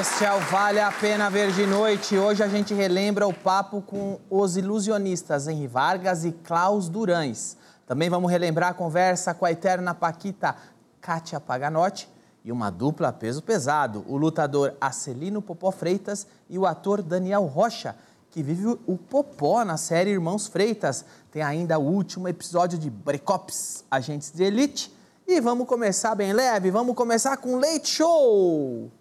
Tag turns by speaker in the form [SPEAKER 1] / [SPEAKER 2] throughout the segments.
[SPEAKER 1] Este é o Vale a Pena Ver de Noite. Hoje a gente relembra o papo com os ilusionistas Henri Vargas e Klaus Durães. Também vamos relembrar a conversa com a eterna Paquita Kátia Paganotti e uma dupla peso pesado, o lutador Acelino Popó Freitas e o ator Daniel Rocha, que vive o Popó na série Irmãos Freitas. Tem ainda o último episódio de Brecops, Agentes de Elite. E vamos começar bem leve, vamos começar com Leite Show!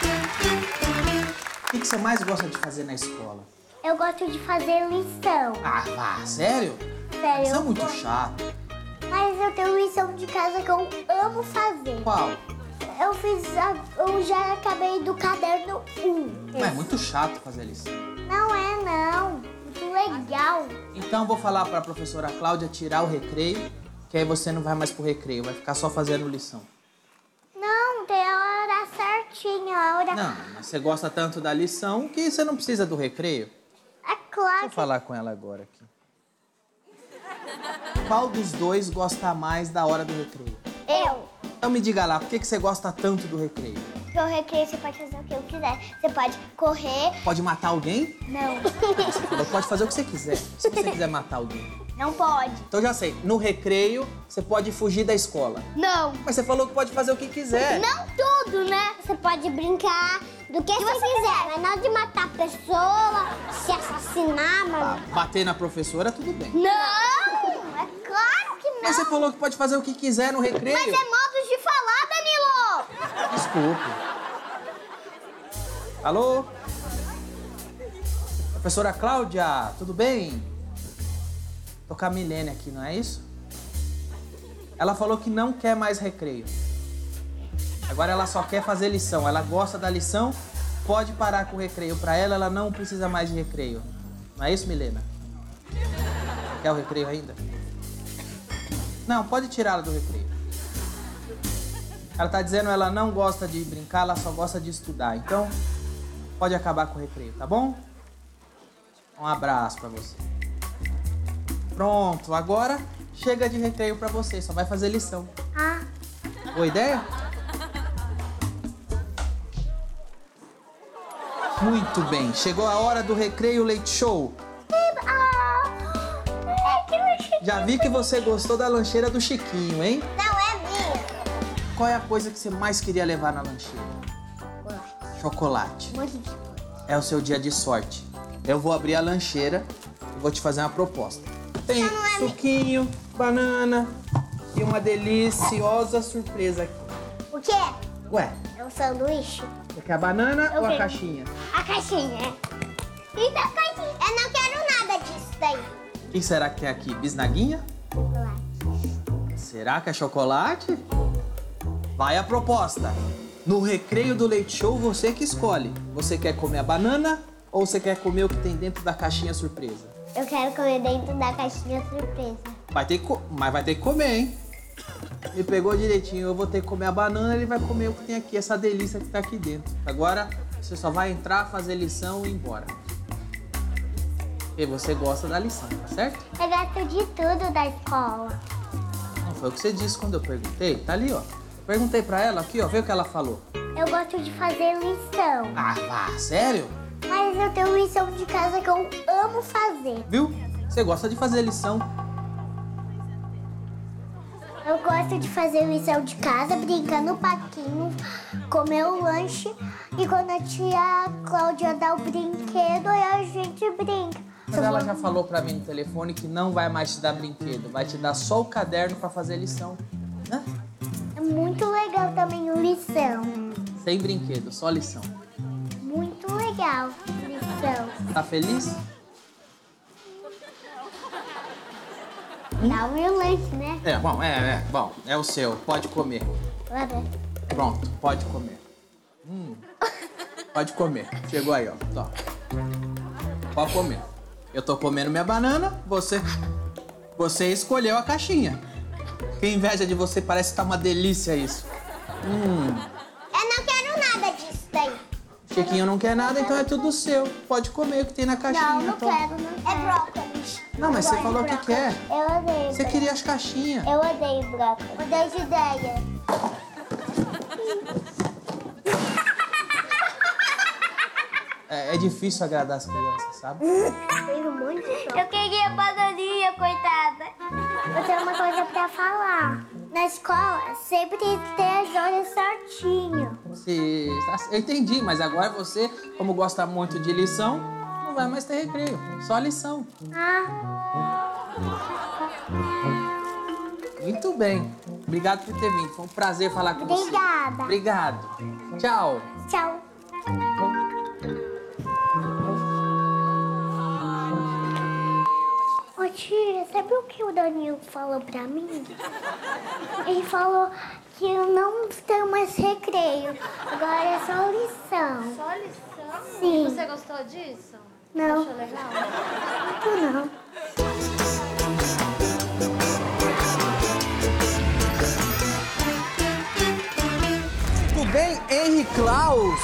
[SPEAKER 1] O que que você mais gosta de fazer na escola?
[SPEAKER 2] Eu gosto de fazer lição.
[SPEAKER 1] Ah, vá, sério?
[SPEAKER 2] Sério,
[SPEAKER 1] Isso é
[SPEAKER 2] eu
[SPEAKER 1] muito
[SPEAKER 2] gosto.
[SPEAKER 1] chato.
[SPEAKER 2] Mas eu tenho lição de casa que eu amo fazer.
[SPEAKER 1] Qual?
[SPEAKER 2] Eu fiz. a- eu já acabei do caderno 1.
[SPEAKER 1] Mas é muito chato fazer lição.
[SPEAKER 2] Não é, não. Muito legal.
[SPEAKER 1] Então eu vou falar pra professora Cláudia tirar o recreio, que aí você não vai mais pro recreio, vai ficar só fazendo lição.
[SPEAKER 2] Não, tem a hora certinha. A hora.
[SPEAKER 1] Não, mas você gosta tanto da lição que você não precisa do recreio.
[SPEAKER 2] É
[SPEAKER 1] Vou
[SPEAKER 2] claro.
[SPEAKER 1] falar com ela agora aqui. Qual dos dois gosta mais da hora do recreio?
[SPEAKER 2] Eu.
[SPEAKER 1] Então me diga lá, por que, que você gosta tanto do recreio?
[SPEAKER 2] Porque o recreio você pode fazer o que eu quiser. Você pode correr.
[SPEAKER 1] Pode matar alguém?
[SPEAKER 2] Não.
[SPEAKER 1] Ela pode fazer o que você quiser, se você quiser matar alguém.
[SPEAKER 2] não pode.
[SPEAKER 1] Então já sei, no recreio você pode fugir da escola.
[SPEAKER 2] Não.
[SPEAKER 1] Mas você falou que pode fazer o que quiser.
[SPEAKER 2] Não tudo, né? Você pode brincar do que você quiser, mas não de matar pessoa, se assassinar,
[SPEAKER 1] Ah,
[SPEAKER 2] mano.
[SPEAKER 1] Bater na professora, tudo bem.
[SPEAKER 2] Não! É claro que não!
[SPEAKER 1] Mas você falou que pode fazer o que quiser no recreio.
[SPEAKER 2] Mas é modo de falar, Danilo!
[SPEAKER 1] Desculpe. Alô? Professora Cláudia, tudo bem? Tô com a Milene aqui, não é isso? Ela falou que não quer mais recreio. Agora ela só quer fazer lição. Ela gosta da lição, pode parar com o recreio pra ela, ela não precisa mais de recreio. Não é isso, Milena? Quer o recreio ainda? Não, pode tirá-la do recreio. Ela tá dizendo ela não gosta de brincar, ela só gosta de estudar. Então, pode acabar com o recreio, tá bom? Um abraço pra você. Pronto, agora chega de recreio pra você, só vai fazer lição.
[SPEAKER 2] Ah,
[SPEAKER 1] Boa ideia? Muito bem, chegou a hora do recreio leite show.
[SPEAKER 2] ah. É que não é-
[SPEAKER 1] Já vi que você gostou da lancheira do Chiquinho, hein?
[SPEAKER 2] Não é minha!
[SPEAKER 1] Qual é a coisa que você mais queria levar na lancheira? Chocolate.
[SPEAKER 2] Um monte de coisa.
[SPEAKER 1] é o seu dia de sorte. Eu vou abrir a lancheira e vou te fazer uma proposta. Tem
[SPEAKER 2] Então é
[SPEAKER 1] suquinho, banana e uma deliciosa surpresa aqui.
[SPEAKER 2] O quê?
[SPEAKER 1] Ué,
[SPEAKER 2] É um sanduíche?
[SPEAKER 1] você quer a banana
[SPEAKER 2] Eu
[SPEAKER 1] ou a
[SPEAKER 2] quero.
[SPEAKER 1] caixinha?
[SPEAKER 2] A caixinha. Então, caixinha. Eu não quero nada disso daí.
[SPEAKER 1] O que será que tem aqui? Bisnaguinha? Será que é chocolate? Vai a proposta. No recreio do leite show, você que escolhe. Você quer comer a banana ou você quer comer o que tem dentro da caixinha surpresa?
[SPEAKER 2] Eu quero comer dentro da caixinha surpresa.
[SPEAKER 1] Vai ter que, co- mas vai ter que comer, hein? Me pegou direitinho. Eu vou ter que comer a banana, ele vai comer o que tem aqui, essa delícia que tá aqui dentro. Agora você só vai entrar, fazer lição e ir embora. E você gosta da lição, tá certo?
[SPEAKER 2] Eu gosto de tudo da escola.
[SPEAKER 1] Não foi o que você disse quando eu perguntei? Tá ali, ó. Perguntei pra ela aqui, ó. Vê o que ela falou.
[SPEAKER 2] Eu gosto de fazer lição.
[SPEAKER 1] Ah, vá, sério?
[SPEAKER 2] Mas eu tenho lição de casa que eu amo fazer.
[SPEAKER 1] Viu? Você gosta de fazer lição.
[SPEAKER 2] Eu gosto de fazer lição de casa, brincar no parquinho, comer o lanche. E quando a tia Cláudia dá o brinquedo, aí a gente brinca.
[SPEAKER 1] Mas ela já falou pra mim no telefone que não vai mais te dar brinquedo, vai te dar só o caderno pra fazer lição. Né?
[SPEAKER 2] É muito legal também o lição.
[SPEAKER 1] Sem brinquedo, só lição.
[SPEAKER 2] Muito legal lição.
[SPEAKER 1] Tá feliz?
[SPEAKER 2] Dá o meu lanche, né?
[SPEAKER 1] É, bom, é, é, bom, é o seu, pode comer.
[SPEAKER 2] Olha.
[SPEAKER 1] Pronto, pode comer. Hum, Pode comer. Chegou aí, ó. Tó. Pode comer. Eu tô comendo minha banana, você. Você escolheu a caixinha. Que inveja de você, parece que tá uma delícia isso.
[SPEAKER 2] Eu não quero nada disso daí.
[SPEAKER 1] Chiquinho não quer nada, então é tudo seu. Pode comer o que tem na caixinha.
[SPEAKER 2] Não, não
[SPEAKER 1] toma.
[SPEAKER 2] quero, não quero. É brócolis. brócolis.
[SPEAKER 3] Não, mas você
[SPEAKER 2] Adoro
[SPEAKER 3] falou que
[SPEAKER 2] brócolis.
[SPEAKER 3] quer.
[SPEAKER 2] Eu odeio.
[SPEAKER 3] Você queria as caixinhas.
[SPEAKER 2] Eu odeio brócolis. Mudei de ideia.
[SPEAKER 3] É, é difícil agradar as crianças, sabe?
[SPEAKER 2] um Eu queria bananinha, coitada. Eu tenho uma coisa pra falar. Na escola, sempre tem as horas certinho.
[SPEAKER 3] Se- tá Eu entendi, mas agora você, como gosta muito de lição, não vai mais ter recreio. Só lição.
[SPEAKER 2] Ah,
[SPEAKER 3] Muito bem. Obrigado por ter vindo. Foi um prazer falar com você.
[SPEAKER 2] obrigada.
[SPEAKER 3] Obrigado. Tchau.
[SPEAKER 2] Tchau. Ô tia, sabe o que o Danilo falou pra mim? Ele falou que eu não tenho mais recreio. Agora é só lição.
[SPEAKER 4] Só lição?
[SPEAKER 2] Sim.
[SPEAKER 4] Você gostou disso?
[SPEAKER 2] Não,
[SPEAKER 4] Achou legal?
[SPEAKER 2] muito não.
[SPEAKER 3] Tudo bem, Henry Klaus?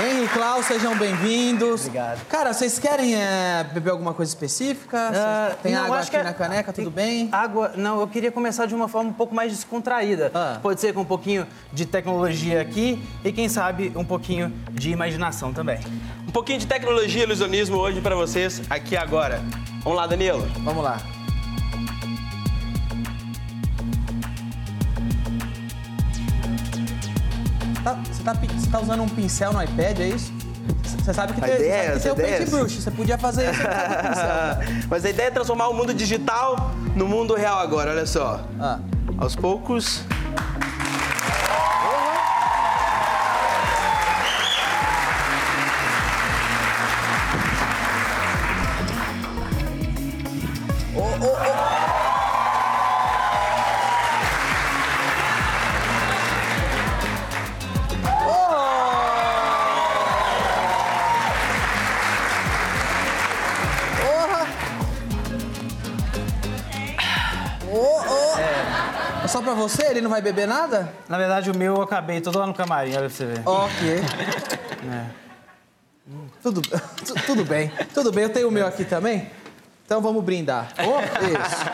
[SPEAKER 3] Henry Klaus, sejam bem-vindos.
[SPEAKER 5] Obrigado.
[SPEAKER 3] Cara, vocês querem eh, beber alguma coisa específica?
[SPEAKER 5] Ah,
[SPEAKER 3] Vocês- Tá Tem
[SPEAKER 5] não,
[SPEAKER 3] água
[SPEAKER 5] acho
[SPEAKER 3] aqui
[SPEAKER 5] que é- Ah,
[SPEAKER 3] na caneca, tudo bem?
[SPEAKER 5] Água, não, eu queria começar de uma forma um pouco mais descontraída.
[SPEAKER 3] Ah.
[SPEAKER 5] Pode ser com um pouquinho de tecnologia aqui e, quem sabe, um pouquinho de imaginação também.
[SPEAKER 6] Um pouquinho de tecnologia e ilusionismo hoje pra vocês, aqui agora. Vamos lá, Danilo.
[SPEAKER 3] Vamos lá. Tá- Você tá, pin- você tá usando um pincel no iPad, é isso? Você sabe que
[SPEAKER 6] A
[SPEAKER 3] tem, você
[SPEAKER 6] ideia é
[SPEAKER 3] sabe que
[SPEAKER 6] essa,
[SPEAKER 3] tem o
[SPEAKER 6] a ideia é
[SPEAKER 3] paintbrush, você podia fazer isso com o pincel.
[SPEAKER 6] Mas a ideia é transformar o mundo digital no mundo real agora, olha só.
[SPEAKER 3] Ah,
[SPEAKER 6] Aos poucos.
[SPEAKER 3] é só pra você? Ele não vai beber nada?
[SPEAKER 5] Na verdade, o meu eu acabei todo lá no camarim, olha pra você ver.
[SPEAKER 3] Ok. Tudo, tu- tudo bem, tudo bem. Eu tenho o meu aqui também. Então vamos brindar. Isso,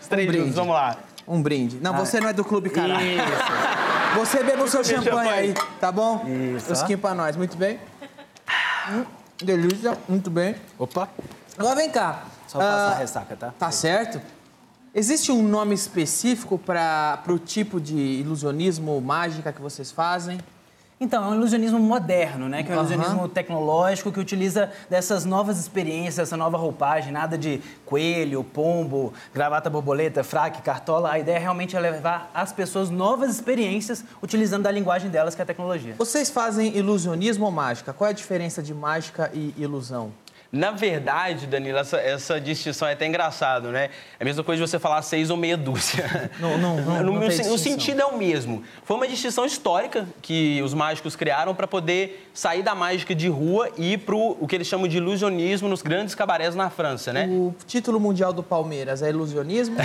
[SPEAKER 5] Os três
[SPEAKER 3] brinde.
[SPEAKER 5] juntos, vamos lá.
[SPEAKER 3] um brinde. Não, você não é do clube, caralho.
[SPEAKER 5] Isso.
[SPEAKER 3] Você beba o seu champanhe, aí, tá bom?
[SPEAKER 5] Isso,
[SPEAKER 3] Um skin pra nós, muito bem. Hum, delícia, muito bem.
[SPEAKER 5] Opa,
[SPEAKER 3] Agora vem cá.
[SPEAKER 5] só passar
[SPEAKER 3] Ah,
[SPEAKER 5] a ressaca, tá?
[SPEAKER 3] Tá certo? Existe um nome específico para o tipo de ilusionismo, mágica que vocês fazem?
[SPEAKER 5] Então, é um ilusionismo moderno, né? Que é um
[SPEAKER 3] Aham.
[SPEAKER 5] ilusionismo tecnológico que utiliza dessas novas experiências, essa nova roupagem, nada de coelho, pombo, gravata borboleta, fraque, cartola. A ideia realmente é levar às pessoas novas experiências utilizando a linguagem delas, que é a tecnologia.
[SPEAKER 3] Vocês fazem ilusionismo ou mágica? Qual é a diferença de mágica e ilusão?
[SPEAKER 6] Na verdade, Danilo, essa, essa distinção é até engraçado, né? É a mesma coisa de você falar seis ou meia dúzia.
[SPEAKER 3] Não, não, não, não
[SPEAKER 6] No
[SPEAKER 3] tem
[SPEAKER 6] meu sen-
[SPEAKER 3] distinção.
[SPEAKER 6] o sentido é o mesmo. Foi uma distinção histórica que os mágicos criaram para poder sair da mágica de rua e ir pro o que eles chamam de ilusionismo nos grandes cabarés na França, né?
[SPEAKER 3] O título mundial do Palmeiras é ilusionismo?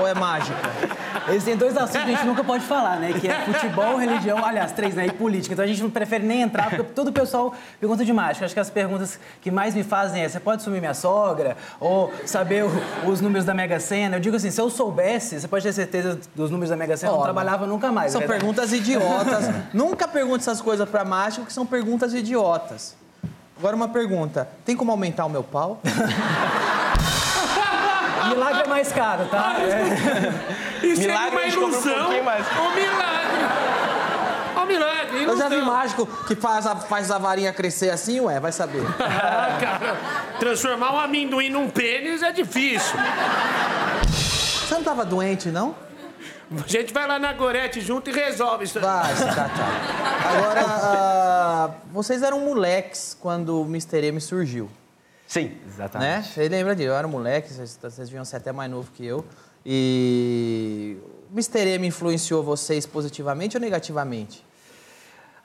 [SPEAKER 3] ou é mágica?
[SPEAKER 5] Existem dois assuntos que a gente nunca pode falar, né? Que é futebol, religião, aliás, três, né? E política. Então a gente não prefere nem entrar, porque todo o pessoal pergunta demais. Eu Acho que as perguntas que mais me fazem é: você pode sumir minha sogra? Ou saber o- os números da Mega Sena? Eu digo assim: se eu soubesse, você pode ter certeza dos números da Mega Sena, eu não
[SPEAKER 3] Olha,
[SPEAKER 5] trabalhava nunca mais.
[SPEAKER 3] São
[SPEAKER 5] é verdade.
[SPEAKER 3] perguntas idiotas. Nunca pergunte essas coisas pra mágico, que são perguntas idiotas. Agora uma pergunta. Tem como aumentar o meu pau?
[SPEAKER 5] Milagre é mais caro, tá? É.
[SPEAKER 7] Isso
[SPEAKER 6] Milagre,
[SPEAKER 7] é uma
[SPEAKER 6] a gente compra um
[SPEAKER 7] ilusão.
[SPEAKER 6] pouquinho mais.
[SPEAKER 7] Um milagre. Um milagre,
[SPEAKER 3] Eu já vi
[SPEAKER 7] ilusão.
[SPEAKER 3] mágico que faz a, faz a varinha crescer assim, ué, vai saber.
[SPEAKER 7] Ah, cara, transformar um amendoim num pênis é difícil.
[SPEAKER 3] Você não tava doente, não?
[SPEAKER 7] A gente vai lá na Gorete junto e resolve isso.
[SPEAKER 3] Vai, se catar. Agora, ah, vocês eram moleques quando o Mr. M surgiu,
[SPEAKER 6] Sim.
[SPEAKER 5] Exatamente.
[SPEAKER 3] né? Você lembra disso? Eu era um moleque, vocês, vocês deviam ser até mais novo que eu. E o Mr. M influenciou vocês positivamente ou negativamente?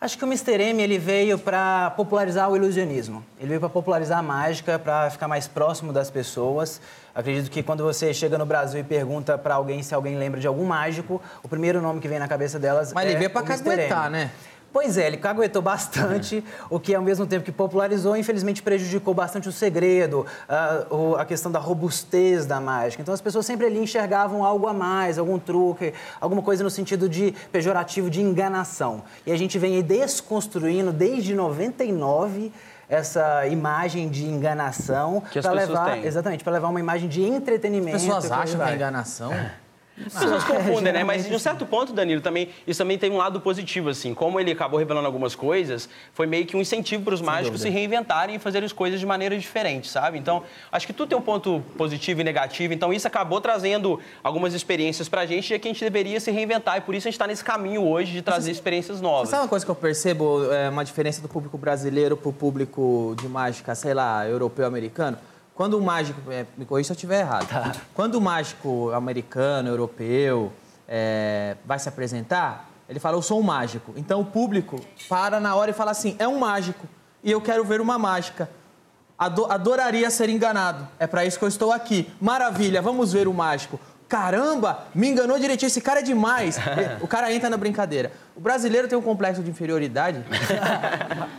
[SPEAKER 5] Acho que o Mr. M ele veio para popularizar o ilusionismo. Ele veio para popularizar a mágica, para ficar mais próximo das pessoas. Acredito que quando você chega no Brasil e pergunta para alguém se alguém lembra de algum mágico, o primeiro nome que vem na cabeça delas
[SPEAKER 3] Mas
[SPEAKER 5] é
[SPEAKER 3] ele veio pra
[SPEAKER 5] o Mr. M.
[SPEAKER 3] caguetar, né?
[SPEAKER 5] Pois é, ele caguetou bastante, o que ao mesmo tempo que popularizou, infelizmente prejudicou bastante o segredo, a, o- a questão da robustez da mágica. Então as pessoas sempre ali enxergavam algo a mais, algum truque, alguma coisa no sentido de pejorativo, de enganação. E a gente vem aí desconstruindo desde 99 essa imagem de enganação
[SPEAKER 6] Que as
[SPEAKER 5] pra
[SPEAKER 6] pessoas
[SPEAKER 5] levar
[SPEAKER 6] têm.
[SPEAKER 5] exatamente para levar uma imagem de entretenimento
[SPEAKER 3] As pessoas acham que
[SPEAKER 5] vai.
[SPEAKER 3] é enganação.
[SPEAKER 6] As
[SPEAKER 3] Ah,
[SPEAKER 6] pessoas confundem, né? Mas
[SPEAKER 5] geralmente
[SPEAKER 6] de um certo ponto, Danilo, também isso também tem um lado positivo, assim. Como ele acabou revelando algumas coisas, foi meio que um incentivo para os mágicos se reinventarem e fazerem as coisas de maneira diferente, sabe? Então, acho que tudo tem um ponto positivo e negativo. Então, isso acabou trazendo algumas experiências para a gente, já que a gente deveria se reinventar. E por isso a gente está nesse caminho hoje de trazer experiências novas.
[SPEAKER 3] Sabe uma coisa que eu percebo, é, uma diferença do público brasileiro pro público de mágica, sei lá, europeu, americano? Quando o mágico, é, me corrija se eu estiver errado, quando o mágico americano, europeu, é, vai se apresentar, ele fala, eu sou um mágico. Então o público para na hora e fala assim, é um mágico e eu quero ver uma mágica. Ado- adoraria ser enganado, é pra isso que eu estou aqui. Maravilha, vamos ver o mágico. Caramba, me enganou direitinho, esse cara é demais. E O cara entra na brincadeira. O brasileiro tem um complexo de inferioridade.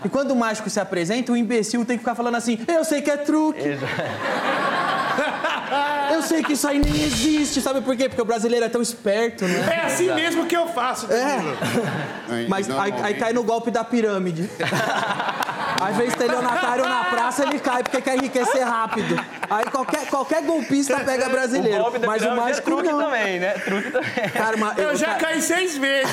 [SPEAKER 3] e quando o mágico se apresenta, o imbecil tem que ficar falando assim: eu sei que é truque. eu sei que isso aí nem existe. Sabe por quê? Porque o brasileiro é tão esperto, né?
[SPEAKER 7] É assim mesmo que eu faço. Danilo.
[SPEAKER 3] Mas aí, aí cai no golpe da pirâmide. Aí vem estelionatário na praça, ele cai porque quer enriquecer rápido. Aí qualquer, qualquer golpista pega brasileiro.
[SPEAKER 6] O golpe da
[SPEAKER 3] mas o
[SPEAKER 6] pirâmide é
[SPEAKER 3] mágico
[SPEAKER 6] truque
[SPEAKER 3] não.
[SPEAKER 6] também, né? Truque também.
[SPEAKER 3] Cara, mas
[SPEAKER 7] Eu já
[SPEAKER 3] cara-
[SPEAKER 7] caí seis vezes.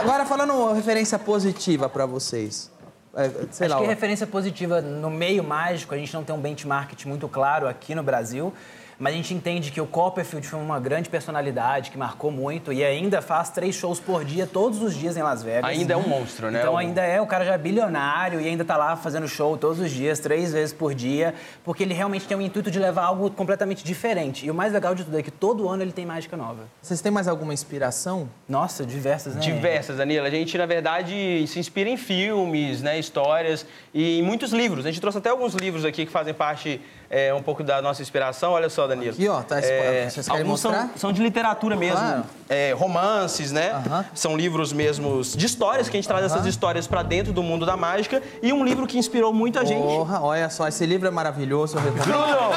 [SPEAKER 3] Agora falando uma referência positiva pra vocês. É, sei
[SPEAKER 5] Acho
[SPEAKER 3] lá.
[SPEAKER 5] que
[SPEAKER 3] ó.
[SPEAKER 5] referência positiva no meio mágico, a gente não tem um benchmark muito claro aqui no Brasil, mas a gente entende que o Copperfield foi uma grande personalidade que marcou muito e ainda faz três shows por dia, todos os dias em Las Vegas.
[SPEAKER 6] Ainda é um monstro, né?
[SPEAKER 5] Então
[SPEAKER 6] O-
[SPEAKER 5] ainda é, o cara já é bilionário e ainda tá lá fazendo show todos os dias, três vezes por dia, porque ele realmente tem o intuito de levar algo completamente diferente. E o mais legal de tudo é que todo ano ele tem mágica nova.
[SPEAKER 3] Vocês têm mais alguma inspiração?
[SPEAKER 5] Nossa, diversas,
[SPEAKER 3] É.
[SPEAKER 5] né?
[SPEAKER 6] Diversas, Danilo. A gente, na verdade, se inspira em filmes, né, histórias e em muitos livros. A gente trouxe até alguns livros aqui que fazem parte é, um pouco da nossa inspiração. Olha só, Danilo. É,
[SPEAKER 3] Aqui, ó, tá, vocês querem
[SPEAKER 6] alguns
[SPEAKER 3] mostrar?
[SPEAKER 6] São, são de literatura mesmo.
[SPEAKER 3] Claro.
[SPEAKER 6] É, romances, né?
[SPEAKER 3] Aham.
[SPEAKER 6] São livros mesmos de histórias, que a gente traz essas histórias pra dentro do mundo da mágica. E um livro que inspirou muita gente.
[SPEAKER 3] Porra, olha só, esse livro é maravilhoso, eu recomendo.
[SPEAKER 6] Bruno!
[SPEAKER 3] É um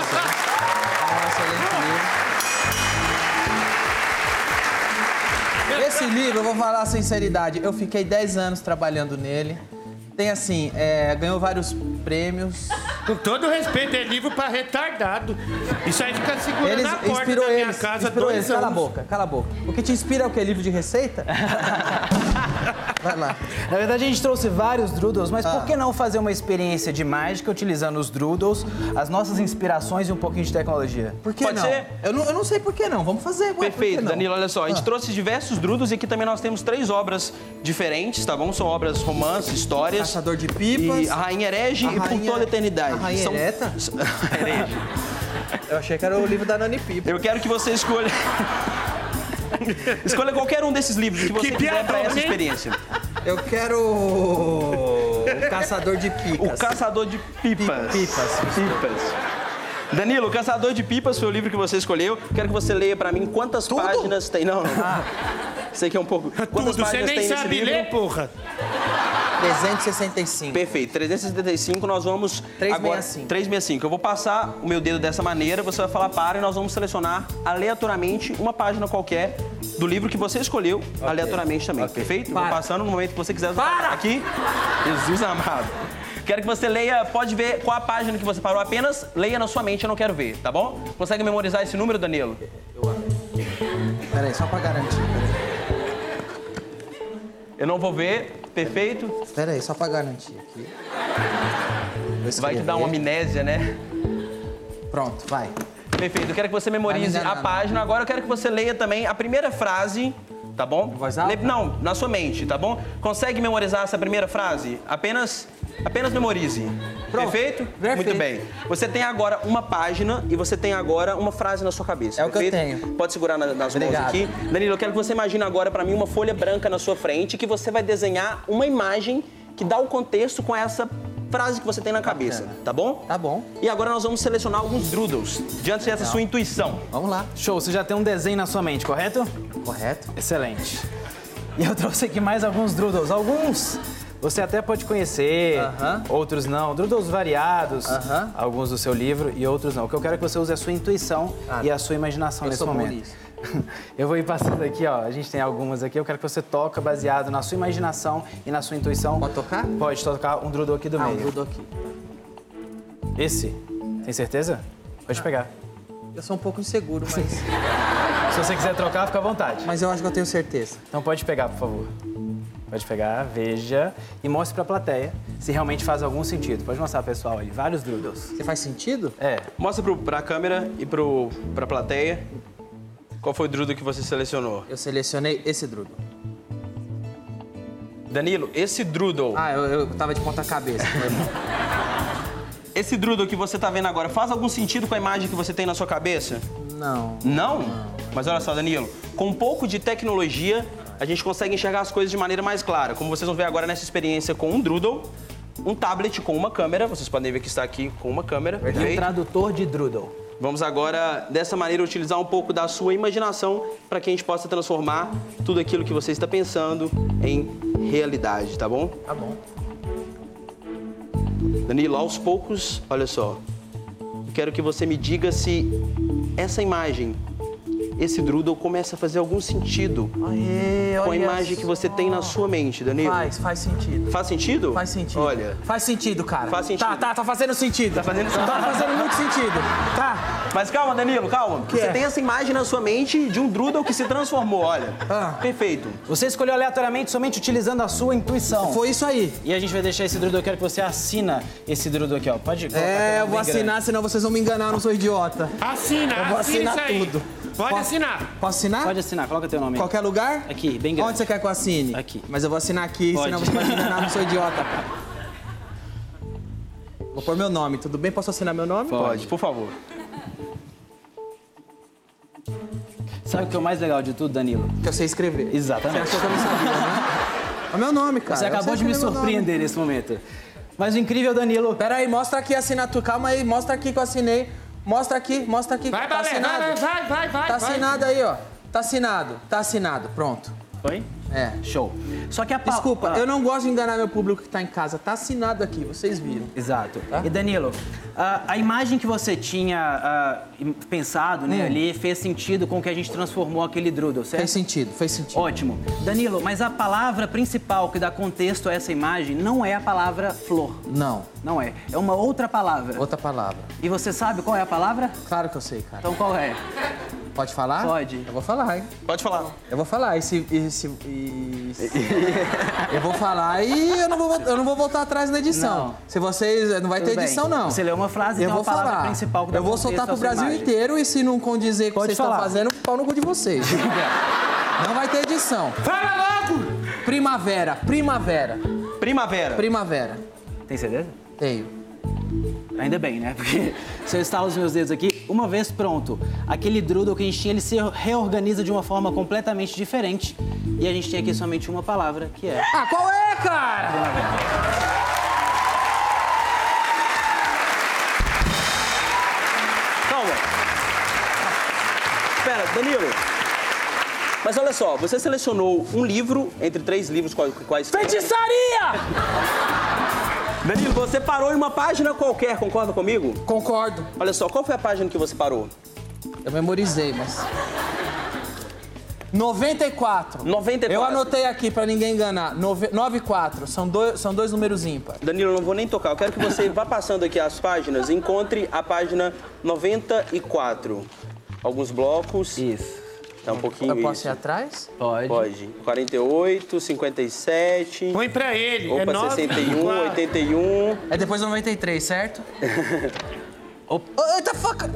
[SPEAKER 3] excelente livro. Esse livro, eu vou falar a sinceridade, eu fiquei 10 anos trabalhando nele. Tem assim, é, ganhou vários prêmios.
[SPEAKER 7] Com todo respeito, é livro pra retardado. Isso aí fica segurando
[SPEAKER 3] Eles
[SPEAKER 7] na porta
[SPEAKER 3] inspirou
[SPEAKER 7] da minha
[SPEAKER 3] eles.
[SPEAKER 7] casa
[SPEAKER 3] inspirou eles.
[SPEAKER 7] dois anos.
[SPEAKER 3] Cala a boca, cala a boca. O que te inspira é o quê? Livro de receita? Vai lá.
[SPEAKER 5] Na verdade, a gente trouxe vários Droodles, mas por que não fazer uma experiência de mágica utilizando os Droodles, as nossas inspirações e um pouquinho de tecnologia?
[SPEAKER 3] Por que
[SPEAKER 6] Pode
[SPEAKER 3] não?
[SPEAKER 6] ser?
[SPEAKER 3] Eu não? Eu não sei por que não. Vamos fazer. ué, por que
[SPEAKER 6] Perfeito,
[SPEAKER 3] não? Ah.
[SPEAKER 6] Danilo, olha só. A gente trouxe diversos drudos e aqui também nós temos três obras diferentes, tá bom? São obras romances, histórias.
[SPEAKER 3] Caçador de pipas.
[SPEAKER 6] E a Rainha Herege
[SPEAKER 3] A
[SPEAKER 6] e Por
[SPEAKER 3] Rainha-
[SPEAKER 6] Toda a Eternidade.
[SPEAKER 3] a Rainha
[SPEAKER 6] São-
[SPEAKER 3] Ereta?
[SPEAKER 6] Herege.
[SPEAKER 3] Eu achei que era o livro da Nani Pipa.
[SPEAKER 6] Eu quero que você escolha... escolha qualquer um desses livros que você
[SPEAKER 7] Que
[SPEAKER 6] quiser
[SPEAKER 7] piada,
[SPEAKER 6] pra essa
[SPEAKER 7] né?
[SPEAKER 6] experiência.
[SPEAKER 3] Eu quero o Caçador de
[SPEAKER 6] O
[SPEAKER 3] Picas.
[SPEAKER 6] Caçador de Pipas.
[SPEAKER 3] Pipas.
[SPEAKER 6] Pipas. Danilo, o Caçador de Pipas foi o livro que você escolheu. Quero que você leia pra mim quantas páginas tem. Não, não.
[SPEAKER 3] Ah.
[SPEAKER 6] Sei que é um pouco. Quantas
[SPEAKER 7] Tudo, você
[SPEAKER 6] páginas
[SPEAKER 7] nem
[SPEAKER 6] tem nesse
[SPEAKER 7] sabe
[SPEAKER 6] livro?
[SPEAKER 7] ler, porra.
[SPEAKER 3] 365.
[SPEAKER 6] Perfeito, 375, nós vamos.
[SPEAKER 3] 365.
[SPEAKER 6] Agora, 365. Eu vou passar o meu dedo dessa maneira, você vai falar para e nós vamos selecionar aleatoriamente uma página qualquer do livro que você escolheu, aleatoriamente também. Perfeito? Vou
[SPEAKER 3] Para.
[SPEAKER 6] passando no momento que você quiser. Para! Aqui. Jesus amado. Quero que você leia, pode ver qual a página que você parou apenas, leia na sua mente, eu não quero ver, tá bom? Consegue memorizar esse número, Danilo?
[SPEAKER 3] Peraí, só pra garantir. Peraí,
[SPEAKER 6] Eu não vou ver, perfeito?
[SPEAKER 3] Peraí, só pra garantir aqui. Vou
[SPEAKER 6] Vai te dar uma
[SPEAKER 3] escrever.
[SPEAKER 6] amnésia, né?
[SPEAKER 3] Pronto, vai.
[SPEAKER 6] Perfeito, eu quero que você memorize
[SPEAKER 3] Vai me
[SPEAKER 6] a
[SPEAKER 3] enganar,
[SPEAKER 6] página. Agora eu quero que você leia também a primeira frase, tá bom?
[SPEAKER 3] Voz alta?
[SPEAKER 6] Não, na sua mente, tá bom? Consegue memorizar essa primeira frase? Apenas, apenas memorize.
[SPEAKER 3] Pronto.
[SPEAKER 6] Perfeito?
[SPEAKER 3] Perfeito.
[SPEAKER 6] Muito bem. Você tem agora uma página e você tem agora uma frase na sua cabeça.
[SPEAKER 3] É o que eu
[SPEAKER 6] perfeito?
[SPEAKER 3] tenho.
[SPEAKER 6] Pode segurar na- nas
[SPEAKER 3] Obrigado.
[SPEAKER 6] mãos aqui. Danilo, eu quero que você imagine agora pra mim uma folha branca na sua frente que você vai desenhar uma imagem que dá o contexto com essa frase que você tem na cabeça,
[SPEAKER 3] Bacana.
[SPEAKER 6] tá bom?
[SPEAKER 3] Tá bom.
[SPEAKER 6] E agora nós vamos selecionar alguns doodles, diante dessa sua intuição.
[SPEAKER 3] Vamos lá.
[SPEAKER 5] Show, você já tem um desenho na sua mente, correto?
[SPEAKER 3] Correto.
[SPEAKER 5] Excelente. E eu trouxe aqui mais alguns doodles. Alguns você até pode conhecer,
[SPEAKER 1] Aham.
[SPEAKER 5] outros não. Doodles variados,
[SPEAKER 1] Aham.
[SPEAKER 5] alguns do seu livro e outros não. O que eu quero é que você use a sua intuição
[SPEAKER 1] Ah,
[SPEAKER 5] e a sua imaginação
[SPEAKER 1] eu
[SPEAKER 5] nesse
[SPEAKER 1] sou bom
[SPEAKER 5] momento.
[SPEAKER 1] nisso.
[SPEAKER 5] Eu vou ir passando aqui, ó. A gente tem algumas aqui. Eu quero que você toca baseado na sua imaginação e na sua intuição.
[SPEAKER 1] Pode tocar?
[SPEAKER 5] Pode tocar um doodle aqui do
[SPEAKER 1] Ah, o
[SPEAKER 5] meio.
[SPEAKER 1] Dudu aqui.
[SPEAKER 5] Esse. Tem certeza?
[SPEAKER 1] Ah.
[SPEAKER 5] Pode pegar.
[SPEAKER 1] Eu sou um pouco inseguro, mas,
[SPEAKER 5] Se você quiser trocar, fica à vontade.
[SPEAKER 1] mas eu acho que eu tenho certeza.
[SPEAKER 5] Então pode pegar, por favor. Pode pegar, veja e mostre pra plateia se realmente faz algum sentido. Pode mostrar, pessoal, aí, vários doodles.
[SPEAKER 1] Você faz sentido?
[SPEAKER 5] É,
[SPEAKER 6] Mostra pro, pra câmera e pro, pra plateia qual foi o drudo que você selecionou.
[SPEAKER 1] Eu selecionei esse Drudo.
[SPEAKER 6] Danilo, esse drudo,
[SPEAKER 1] Ah, eu, eu tava de ponta cabeça. foi mal.
[SPEAKER 6] esse drudo que você tá vendo agora, faz algum sentido com a imagem que você tem na sua cabeça?
[SPEAKER 1] Não.
[SPEAKER 6] Não? Mas olha só, Danilo, com um pouco de tecnologia, a gente consegue enxergar as coisas de maneira mais clara. Como vocês vão ver agora nessa experiência com um Droodle, um tablet com uma câmera, vocês podem ver que está aqui com uma câmera,
[SPEAKER 5] e um
[SPEAKER 6] perfeito?
[SPEAKER 5] tradutor de doodle.
[SPEAKER 6] Vamos agora, dessa maneira, utilizar um pouco da sua imaginação para que a gente possa transformar tudo aquilo que você está pensando em realidade, tá bom?
[SPEAKER 1] Tá bom.
[SPEAKER 6] Danilo, aos poucos, olha só. Eu quero que você me diga se essa imagem, esse Droodle, começa a fazer algum sentido
[SPEAKER 1] Aê,
[SPEAKER 6] com a
[SPEAKER 1] É, olha
[SPEAKER 6] imagem que você
[SPEAKER 1] só.
[SPEAKER 6] tem na sua mente, Danilo.
[SPEAKER 1] Faz, faz sentido.
[SPEAKER 6] Faz sentido?
[SPEAKER 1] Faz sentido.
[SPEAKER 6] Olha,
[SPEAKER 1] Faz sentido, cara.
[SPEAKER 6] Faz sentido.
[SPEAKER 1] Tá, tá, tá fazendo sentido. Tá
[SPEAKER 6] fazendo sentido.
[SPEAKER 1] Tá fazendo muito sentido. Tá.
[SPEAKER 6] mas calma, Danilo, calma. você
[SPEAKER 1] é?
[SPEAKER 6] tem essa imagem na sua mente de um Droodle que se transformou, olha.
[SPEAKER 1] Ah.
[SPEAKER 6] Perfeito.
[SPEAKER 5] Você escolheu aleatoriamente somente utilizando a sua intuição.
[SPEAKER 1] Foi isso aí.
[SPEAKER 5] E a gente vai deixar esse doodle, eu quero que você assina esse doodle aqui, ó. Pode colocar a
[SPEAKER 1] É,
[SPEAKER 5] câmera
[SPEAKER 1] eu vou
[SPEAKER 5] bem grande.
[SPEAKER 1] assinar, senão vocês vão me enganar, eu não sou idiota.
[SPEAKER 7] Assina,
[SPEAKER 1] Eu vou
[SPEAKER 7] assina
[SPEAKER 1] assinar
[SPEAKER 7] isso aí.
[SPEAKER 1] tudo.
[SPEAKER 7] Pode
[SPEAKER 1] Posso-
[SPEAKER 7] assinar.
[SPEAKER 1] Posso assinar?
[SPEAKER 5] Pode assinar, coloca teu nome aí.
[SPEAKER 1] Qualquer lugar?
[SPEAKER 5] Aqui, bem grande.
[SPEAKER 1] Onde você quer que eu assine?
[SPEAKER 5] Aqui.
[SPEAKER 1] Mas eu vou assinar aqui,
[SPEAKER 5] Pode.
[SPEAKER 1] senão você vai me enganar, não sou idiota, cara. Vou pôr meu nome, tudo bem? Posso assinar meu nome?
[SPEAKER 6] Pode, por favor.
[SPEAKER 5] Sabe o que é o mais legal de tudo, Danilo?
[SPEAKER 1] Que eu Então sei escrever. Você
[SPEAKER 5] Exatamente.
[SPEAKER 1] achou é que eu não sabia, né? É meu nome, cara.
[SPEAKER 5] Você
[SPEAKER 1] Eu
[SPEAKER 5] acabou
[SPEAKER 1] sei
[SPEAKER 5] de me
[SPEAKER 1] escrever meu nome.
[SPEAKER 5] surpreender nesse momento. Mas o incrível, Danilo,
[SPEAKER 1] Pera aí, mostra aqui a assinatura. Calma aí, mostra aqui que eu assinei. Mostra aqui, mostra aqui.
[SPEAKER 7] Vai,
[SPEAKER 1] tá
[SPEAKER 7] Balé,
[SPEAKER 1] assinado.
[SPEAKER 7] vai, vai, vai, vai.
[SPEAKER 1] Tá
[SPEAKER 7] vai.
[SPEAKER 1] assinado aí, ó. Tá assinado, tá assinado. Pronto.
[SPEAKER 5] Foi?
[SPEAKER 1] É.
[SPEAKER 5] Show. Só que a pa-
[SPEAKER 1] Desculpa,
[SPEAKER 5] ah,
[SPEAKER 1] eu não gosto de enganar meu público que tá em casa. Tá assinado aqui, vocês viram.
[SPEAKER 5] Exato.
[SPEAKER 1] Tá?
[SPEAKER 5] E Danilo, a, a imagem que você tinha ah, im- pensado né, ali fez sentido com o que a gente transformou aquele Drudel, certo?
[SPEAKER 1] Hum. Fez sentido, fez sentido.
[SPEAKER 5] Ótimo. Danilo, mas a palavra principal que dá contexto a essa imagem não é a palavra flor.
[SPEAKER 1] Não,
[SPEAKER 5] Não é. É uma outra palavra.
[SPEAKER 1] outra palavra.
[SPEAKER 5] E você sabe qual é a palavra?
[SPEAKER 1] Claro que eu sei, cara.
[SPEAKER 5] Então qual é?
[SPEAKER 1] Pode falar?
[SPEAKER 5] Pode.
[SPEAKER 1] Eu vou falar, hein?
[SPEAKER 6] Pode falar.
[SPEAKER 1] Eu vou falar. E se. e se- e se- eu vou falar e eu não vou, vol- eu não vou voltar atrás na edição.
[SPEAKER 5] Não.
[SPEAKER 1] Se vocês. Não vai
[SPEAKER 5] Tudo
[SPEAKER 1] ter
[SPEAKER 5] bem.
[SPEAKER 1] edição, não.
[SPEAKER 5] Você lê uma frase e
[SPEAKER 1] eu
[SPEAKER 5] tem uma
[SPEAKER 1] vou
[SPEAKER 5] palavra
[SPEAKER 1] falar.
[SPEAKER 5] principal que dá
[SPEAKER 1] Eu vou
[SPEAKER 5] contexto
[SPEAKER 1] soltar pro
[SPEAKER 5] à sua
[SPEAKER 1] Brasil
[SPEAKER 5] imagem.
[SPEAKER 1] inteiro e se não condizer com o que
[SPEAKER 5] Pode
[SPEAKER 1] vocês
[SPEAKER 5] falar.
[SPEAKER 1] estão fazendo, pau no cu de vocês. não vai ter edição.
[SPEAKER 7] Fala logo!
[SPEAKER 1] Primavera, primavera,
[SPEAKER 6] Primavera.
[SPEAKER 1] primavera.
[SPEAKER 5] Tem certeza?
[SPEAKER 1] Tenho.
[SPEAKER 5] Ainda bem, né? Porque se eu estalo os meus dedos aqui, uma vez pronto, aquele Drudel que a gente tinha, ele se reorganiza de uma forma completamente diferente. E a gente tem aqui somente uma palavra, que é.
[SPEAKER 1] Ah, qual é, cara?
[SPEAKER 6] Calma. Espera, Danilo. Mas olha só, você selecionou um livro entre três livros quais... quais...
[SPEAKER 1] Feitiçaria!
[SPEAKER 6] Danilo, você parou em uma página qualquer, concorda comigo?
[SPEAKER 1] Concordo.
[SPEAKER 6] Olha só, qual foi a página que você parou?
[SPEAKER 1] Eu memorizei, mas. 94.
[SPEAKER 6] 94.
[SPEAKER 1] Eu anotei aqui pra ninguém enganar. Nove- 94. São dois, são dois números ímpar.
[SPEAKER 6] Danilo, eu não vou nem tocar. Eu quero que você vá passando aqui as páginas e encontre a página 94. Alguns blocos.
[SPEAKER 5] Isso.
[SPEAKER 6] Tá um pouquinho
[SPEAKER 1] Eu posso
[SPEAKER 6] isso.
[SPEAKER 1] ir atrás?
[SPEAKER 5] Pode.
[SPEAKER 6] Pode. 48, 57.
[SPEAKER 7] Põe pra ele. é
[SPEAKER 6] Opa,
[SPEAKER 7] nove,
[SPEAKER 6] 61,
[SPEAKER 7] quatro.
[SPEAKER 6] 81.
[SPEAKER 1] É depois do 93, certo?
[SPEAKER 5] Opa.
[SPEAKER 1] Oh, Eita, faca!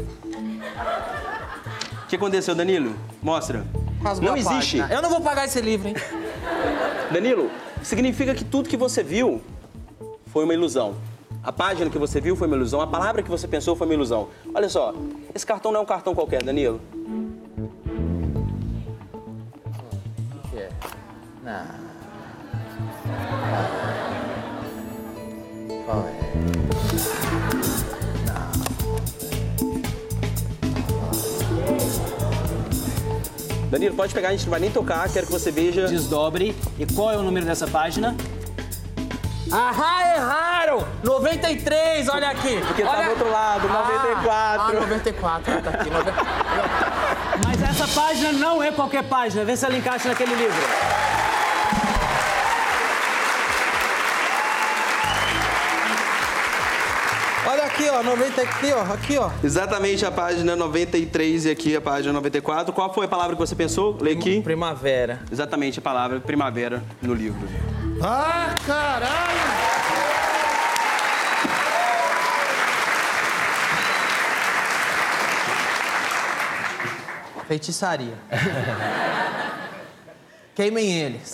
[SPEAKER 6] O que aconteceu, Danilo? Mostra.
[SPEAKER 1] Rasgou
[SPEAKER 6] não
[SPEAKER 1] a
[SPEAKER 6] existe.
[SPEAKER 7] né?
[SPEAKER 1] página. Eu não vou pagar esse livro, hein?
[SPEAKER 6] Danilo, significa que tudo que você viu foi uma ilusão. A página que você viu foi uma ilusão, a palavra que você pensou foi uma ilusão. Olha só, esse cartão não é um cartão qualquer, Danilo. Danilo, pode pegar, a gente não vai nem tocar, quero que você veja.
[SPEAKER 5] Desdobre. E qual é o número dessa página?
[SPEAKER 3] Ah, erraram! 93, olha aqui.
[SPEAKER 6] Porque tá
[SPEAKER 3] olha...
[SPEAKER 6] do outro lado, 94.
[SPEAKER 3] Ah, 94, ah, tá aqui. 90...
[SPEAKER 5] Mas essa página não é qualquer página. Vê se ela encaixa naquele livro.
[SPEAKER 3] Olha aqui, ó, 90 aqui, ó, aqui, ó.
[SPEAKER 6] Exatamente a página 93 e aqui a página 94. Qual foi a palavra que você pensou? Lê aqui.
[SPEAKER 3] Primavera.
[SPEAKER 6] Exatamente a palavra primavera no livro.
[SPEAKER 7] Ah, caralho!
[SPEAKER 3] Feitiçaria. Queimem eles.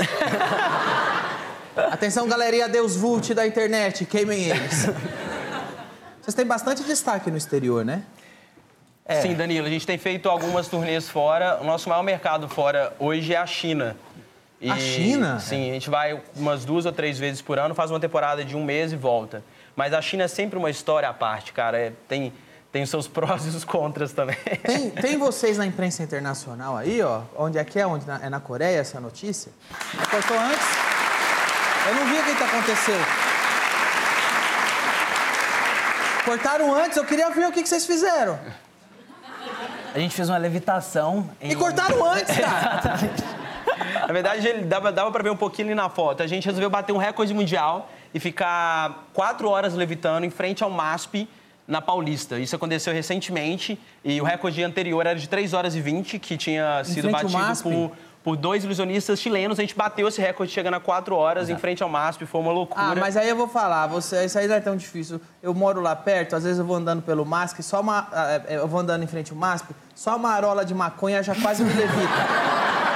[SPEAKER 3] Atenção, galeria Deus Vult da internet, queimem eles. Vocês têm bastante destaque no exterior, né?
[SPEAKER 6] Sim, Danilo, a gente tem feito algumas turnês fora. O nosso maior mercado fora hoje é a China. E-
[SPEAKER 3] A China?
[SPEAKER 6] Sim, a gente vai umas duas ou três vezes por ano, faz uma temporada de um mês e volta. Mas a China é sempre uma história à parte, cara. É, tem, tem os seus prós e os contras também.
[SPEAKER 3] Tem, tem vocês na imprensa internacional aí, ó. Onde é que é? Onde na- é na Coreia essa notícia? Você postou antes? Eu não vi o que que aconteceu. Cortaram antes, eu queria ver o que, que vocês fizeram.
[SPEAKER 5] A gente fez uma levitação. Em...
[SPEAKER 3] E cortaram antes, cara.
[SPEAKER 6] Na verdade, ele dava, dava pra ver um pouquinho ali na foto. A gente resolveu bater um recorde mundial e ficar quatro horas levitando em frente ao MASP na Paulista. Isso aconteceu recentemente e o recorde anterior era de 3 horas e 20, que tinha sido
[SPEAKER 3] frente ao
[SPEAKER 6] batido
[SPEAKER 3] MASP?
[SPEAKER 6] por, por dois ilusionistas chilenos. A gente bateu esse recorde chegando a 4 horas em frente ao MASP, foi uma loucura.
[SPEAKER 3] Ah, mas aí eu vou falar, você, isso aí não é tão difícil. Eu moro lá perto, às vezes eu vou andando pelo MASP, só uma. ah, é, Eu vou andando em frente ao MASP, só uma marola de maconha já quase me levita.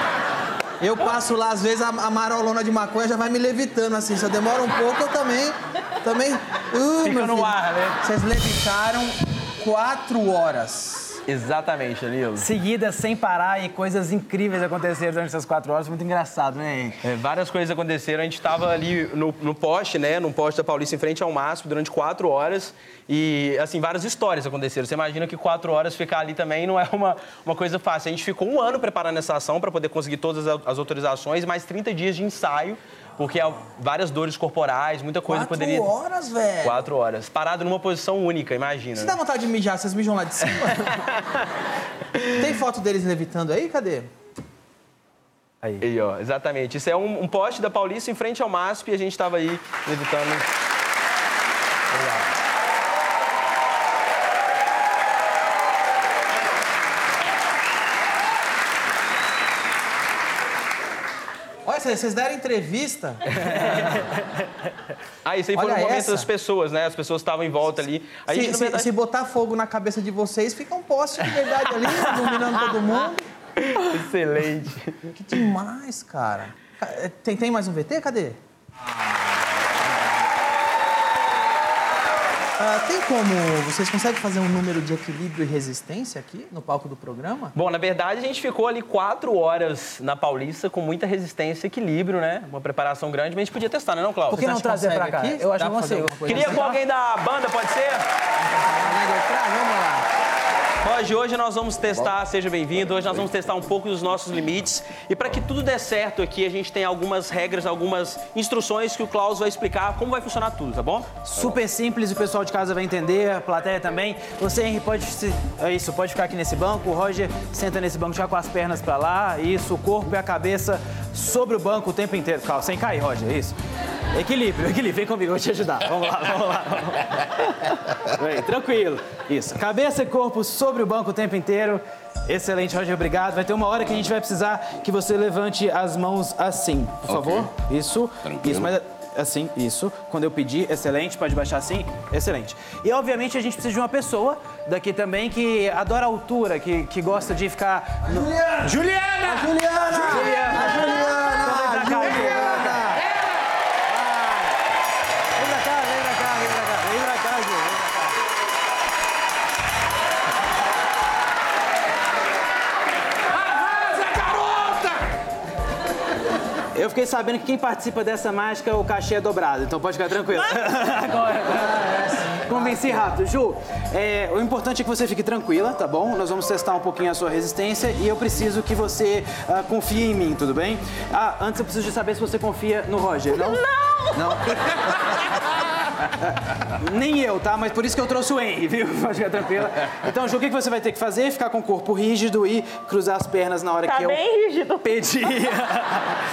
[SPEAKER 3] Eu passo lá, às vezes a, a marolona de maconha já vai me levitando assim. Se eu demoro um pouco, eu também. Também. Uh,
[SPEAKER 6] Fica
[SPEAKER 3] meu
[SPEAKER 6] no
[SPEAKER 3] filho.
[SPEAKER 6] ar, né?
[SPEAKER 3] Vocês levitaram quatro horas.
[SPEAKER 6] Exatamente, Danilo.
[SPEAKER 5] Seguida, sem parar, e coisas incríveis aconteceram durante essas quatro horas. Muito engraçado, né?
[SPEAKER 6] É, várias coisas aconteceram. A gente estava ali no, no poste, né? No poste da Paulista, em frente ao MASP, durante quatro horas. E, assim, várias histórias aconteceram. Você imagina que quatro horas ficar ali também não é uma, uma coisa fácil. A gente ficou um ano preparando essa ação para poder conseguir todas as as autorizações, mais 30 dias de ensaio, porque há várias dores corporais, muita coisa
[SPEAKER 3] quatro
[SPEAKER 6] poderia.
[SPEAKER 3] horas, velho.
[SPEAKER 6] Quatro horas. Parado numa posição única,
[SPEAKER 3] Se
[SPEAKER 6] imagina.
[SPEAKER 3] dá vontade de mijar, vocês mijam lá de cima? Tem foto deles levitando aí? Cadê?
[SPEAKER 6] Aí, ó, exatamente. Isso é um, um poste da Paulista em frente ao MASP e a gente estava aí levitando.
[SPEAKER 3] Olha, vocês vocês deram entrevista?
[SPEAKER 6] É. Ah, isso aí foi
[SPEAKER 3] Olha
[SPEAKER 6] no momento
[SPEAKER 3] essa.
[SPEAKER 6] das pessoas, né? As pessoas estavam em volta ali. A gente,
[SPEAKER 3] se,
[SPEAKER 6] na
[SPEAKER 3] se-
[SPEAKER 6] verdade-
[SPEAKER 3] se botar fogo na cabeça de vocês, fica um poste de verdade ali, iluminando
[SPEAKER 6] Ah,
[SPEAKER 3] todo mundo.
[SPEAKER 6] Excelente.
[SPEAKER 3] Que demais, cara. Ca- eh, Tem, tem mais um VT? Cadê? Ah, tem como. Vocês conseguem fazer um número de equilíbrio e resistência aqui no palco do programa?
[SPEAKER 6] Bom, na verdade, a gente ficou ali quatro horas na Paulista com muita resistência e equilíbrio, né? Uma preparação grande, mas a gente podia testar, né, não, Cláudio?
[SPEAKER 5] Por que
[SPEAKER 3] Vocês
[SPEAKER 5] não trazer
[SPEAKER 3] acham
[SPEAKER 5] pra
[SPEAKER 3] consegue
[SPEAKER 5] cá?
[SPEAKER 3] aqui?
[SPEAKER 5] Eu acho
[SPEAKER 3] Dá
[SPEAKER 5] que
[SPEAKER 3] pra fazer
[SPEAKER 5] consigo.
[SPEAKER 3] alguma coisa
[SPEAKER 6] Queria
[SPEAKER 3] assim?
[SPEAKER 6] com alguém da banda, pode ser?
[SPEAKER 3] Vamos lá.
[SPEAKER 6] Hoje, hoje nós vamos testar, seja bem-vindo, hoje nós vamos testar um pouco dos nossos limites. E para que tudo dê certo aqui, a gente tem algumas regras, algumas instruções que o Klaus vai explicar como vai funcionar tudo, tá bom?
[SPEAKER 5] Super simples, o pessoal de casa vai entender, a plateia também. Você, Henry, pode se- é isso, pode ficar aqui nesse banco. O Roger senta nesse banco já com as pernas pra lá. Isso, o corpo e a cabeça sobre o banco o tempo inteiro. Calma, sem cair, Roger, isso. Equilíbrio, equilíbrio, vem comigo, eu vou te ajudar. Vamos lá, vamos lá. vamos lá. Vem, tranquilo. Isso, cabeça e corpo sobre o banco o tempo inteiro. Excelente, Roger, obrigado. Vai ter uma hora que a gente vai precisar que você levante as mãos assim, por favor. Isso, isso, mas Assim, isso. Quando eu pedir, excelente. Pode baixar assim, excelente. E obviamente a gente precisa de uma pessoa daqui também que adora a altura, que, que gosta de ficar. No...
[SPEAKER 7] Juliana!
[SPEAKER 3] Juliana! A Juliana!
[SPEAKER 5] Então vem pra cá,
[SPEAKER 3] Juliana!
[SPEAKER 5] Vem pra cá, vem pra cá, vem pra cá, vem pra cá, Ju, vem pra cá.
[SPEAKER 7] Arrasa, garota!
[SPEAKER 5] Eu fiquei sabendo é
[SPEAKER 8] Ah!
[SPEAKER 5] que quem participa dessa mágica, o cachê é dobrado, então pode ficar tranquilo. Agora, agora. convenci rápido. Ju, é, o importante é que você fique tranquila, tá bom? Nós vamos testar um pouquinho a sua resistência e eu preciso que você ah, confie em mim, tudo bem? Ah, antes eu preciso de saber se você confia no Roger, não? Não! Nem eu, tá? Mas por isso que eu trouxe o Henry, viu? Pode ficar tranquila. Então, Ju, o que que você vai ter que fazer? Ficar com o corpo rígido e cruzar as pernas na hora
[SPEAKER 8] Tá
[SPEAKER 5] que eu
[SPEAKER 8] bem rígido.
[SPEAKER 5] pedir.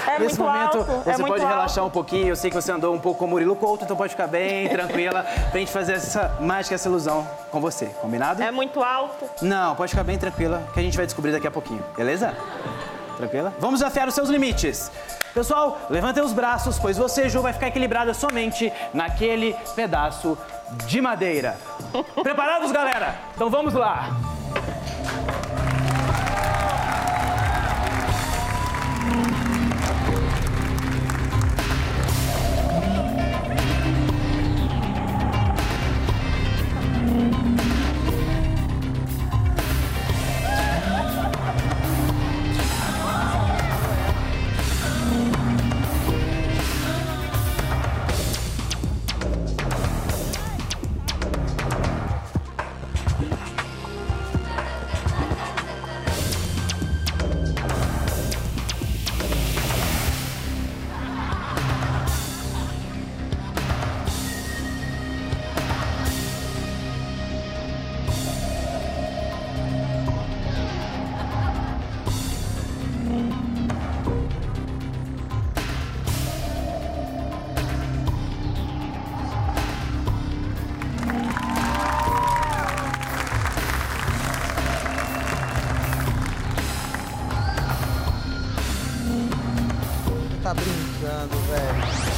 [SPEAKER 8] É
[SPEAKER 5] Nesse
[SPEAKER 8] muito
[SPEAKER 5] momento,
[SPEAKER 8] alto,
[SPEAKER 5] você
[SPEAKER 8] é muito
[SPEAKER 5] pode
[SPEAKER 8] alto.
[SPEAKER 5] relaxar um pouquinho. Eu sei que você andou um pouco com o Murilo Couto, então pode ficar bem tranquila pra gente fazer essa mágica, essa ilusão com você. Combinado?
[SPEAKER 8] É muito alto.
[SPEAKER 5] Não, pode ficar bem tranquila, que a gente vai descobrir daqui a pouquinho, beleza? Tranquila? Vamos desafiar os seus limites. Pessoal, levantem os braços, pois você, Ju, vai ficar equilibrada somente naquele pedaço de madeira. Preparados, galera? Então vamos lá!
[SPEAKER 3] Tá brincando, velho.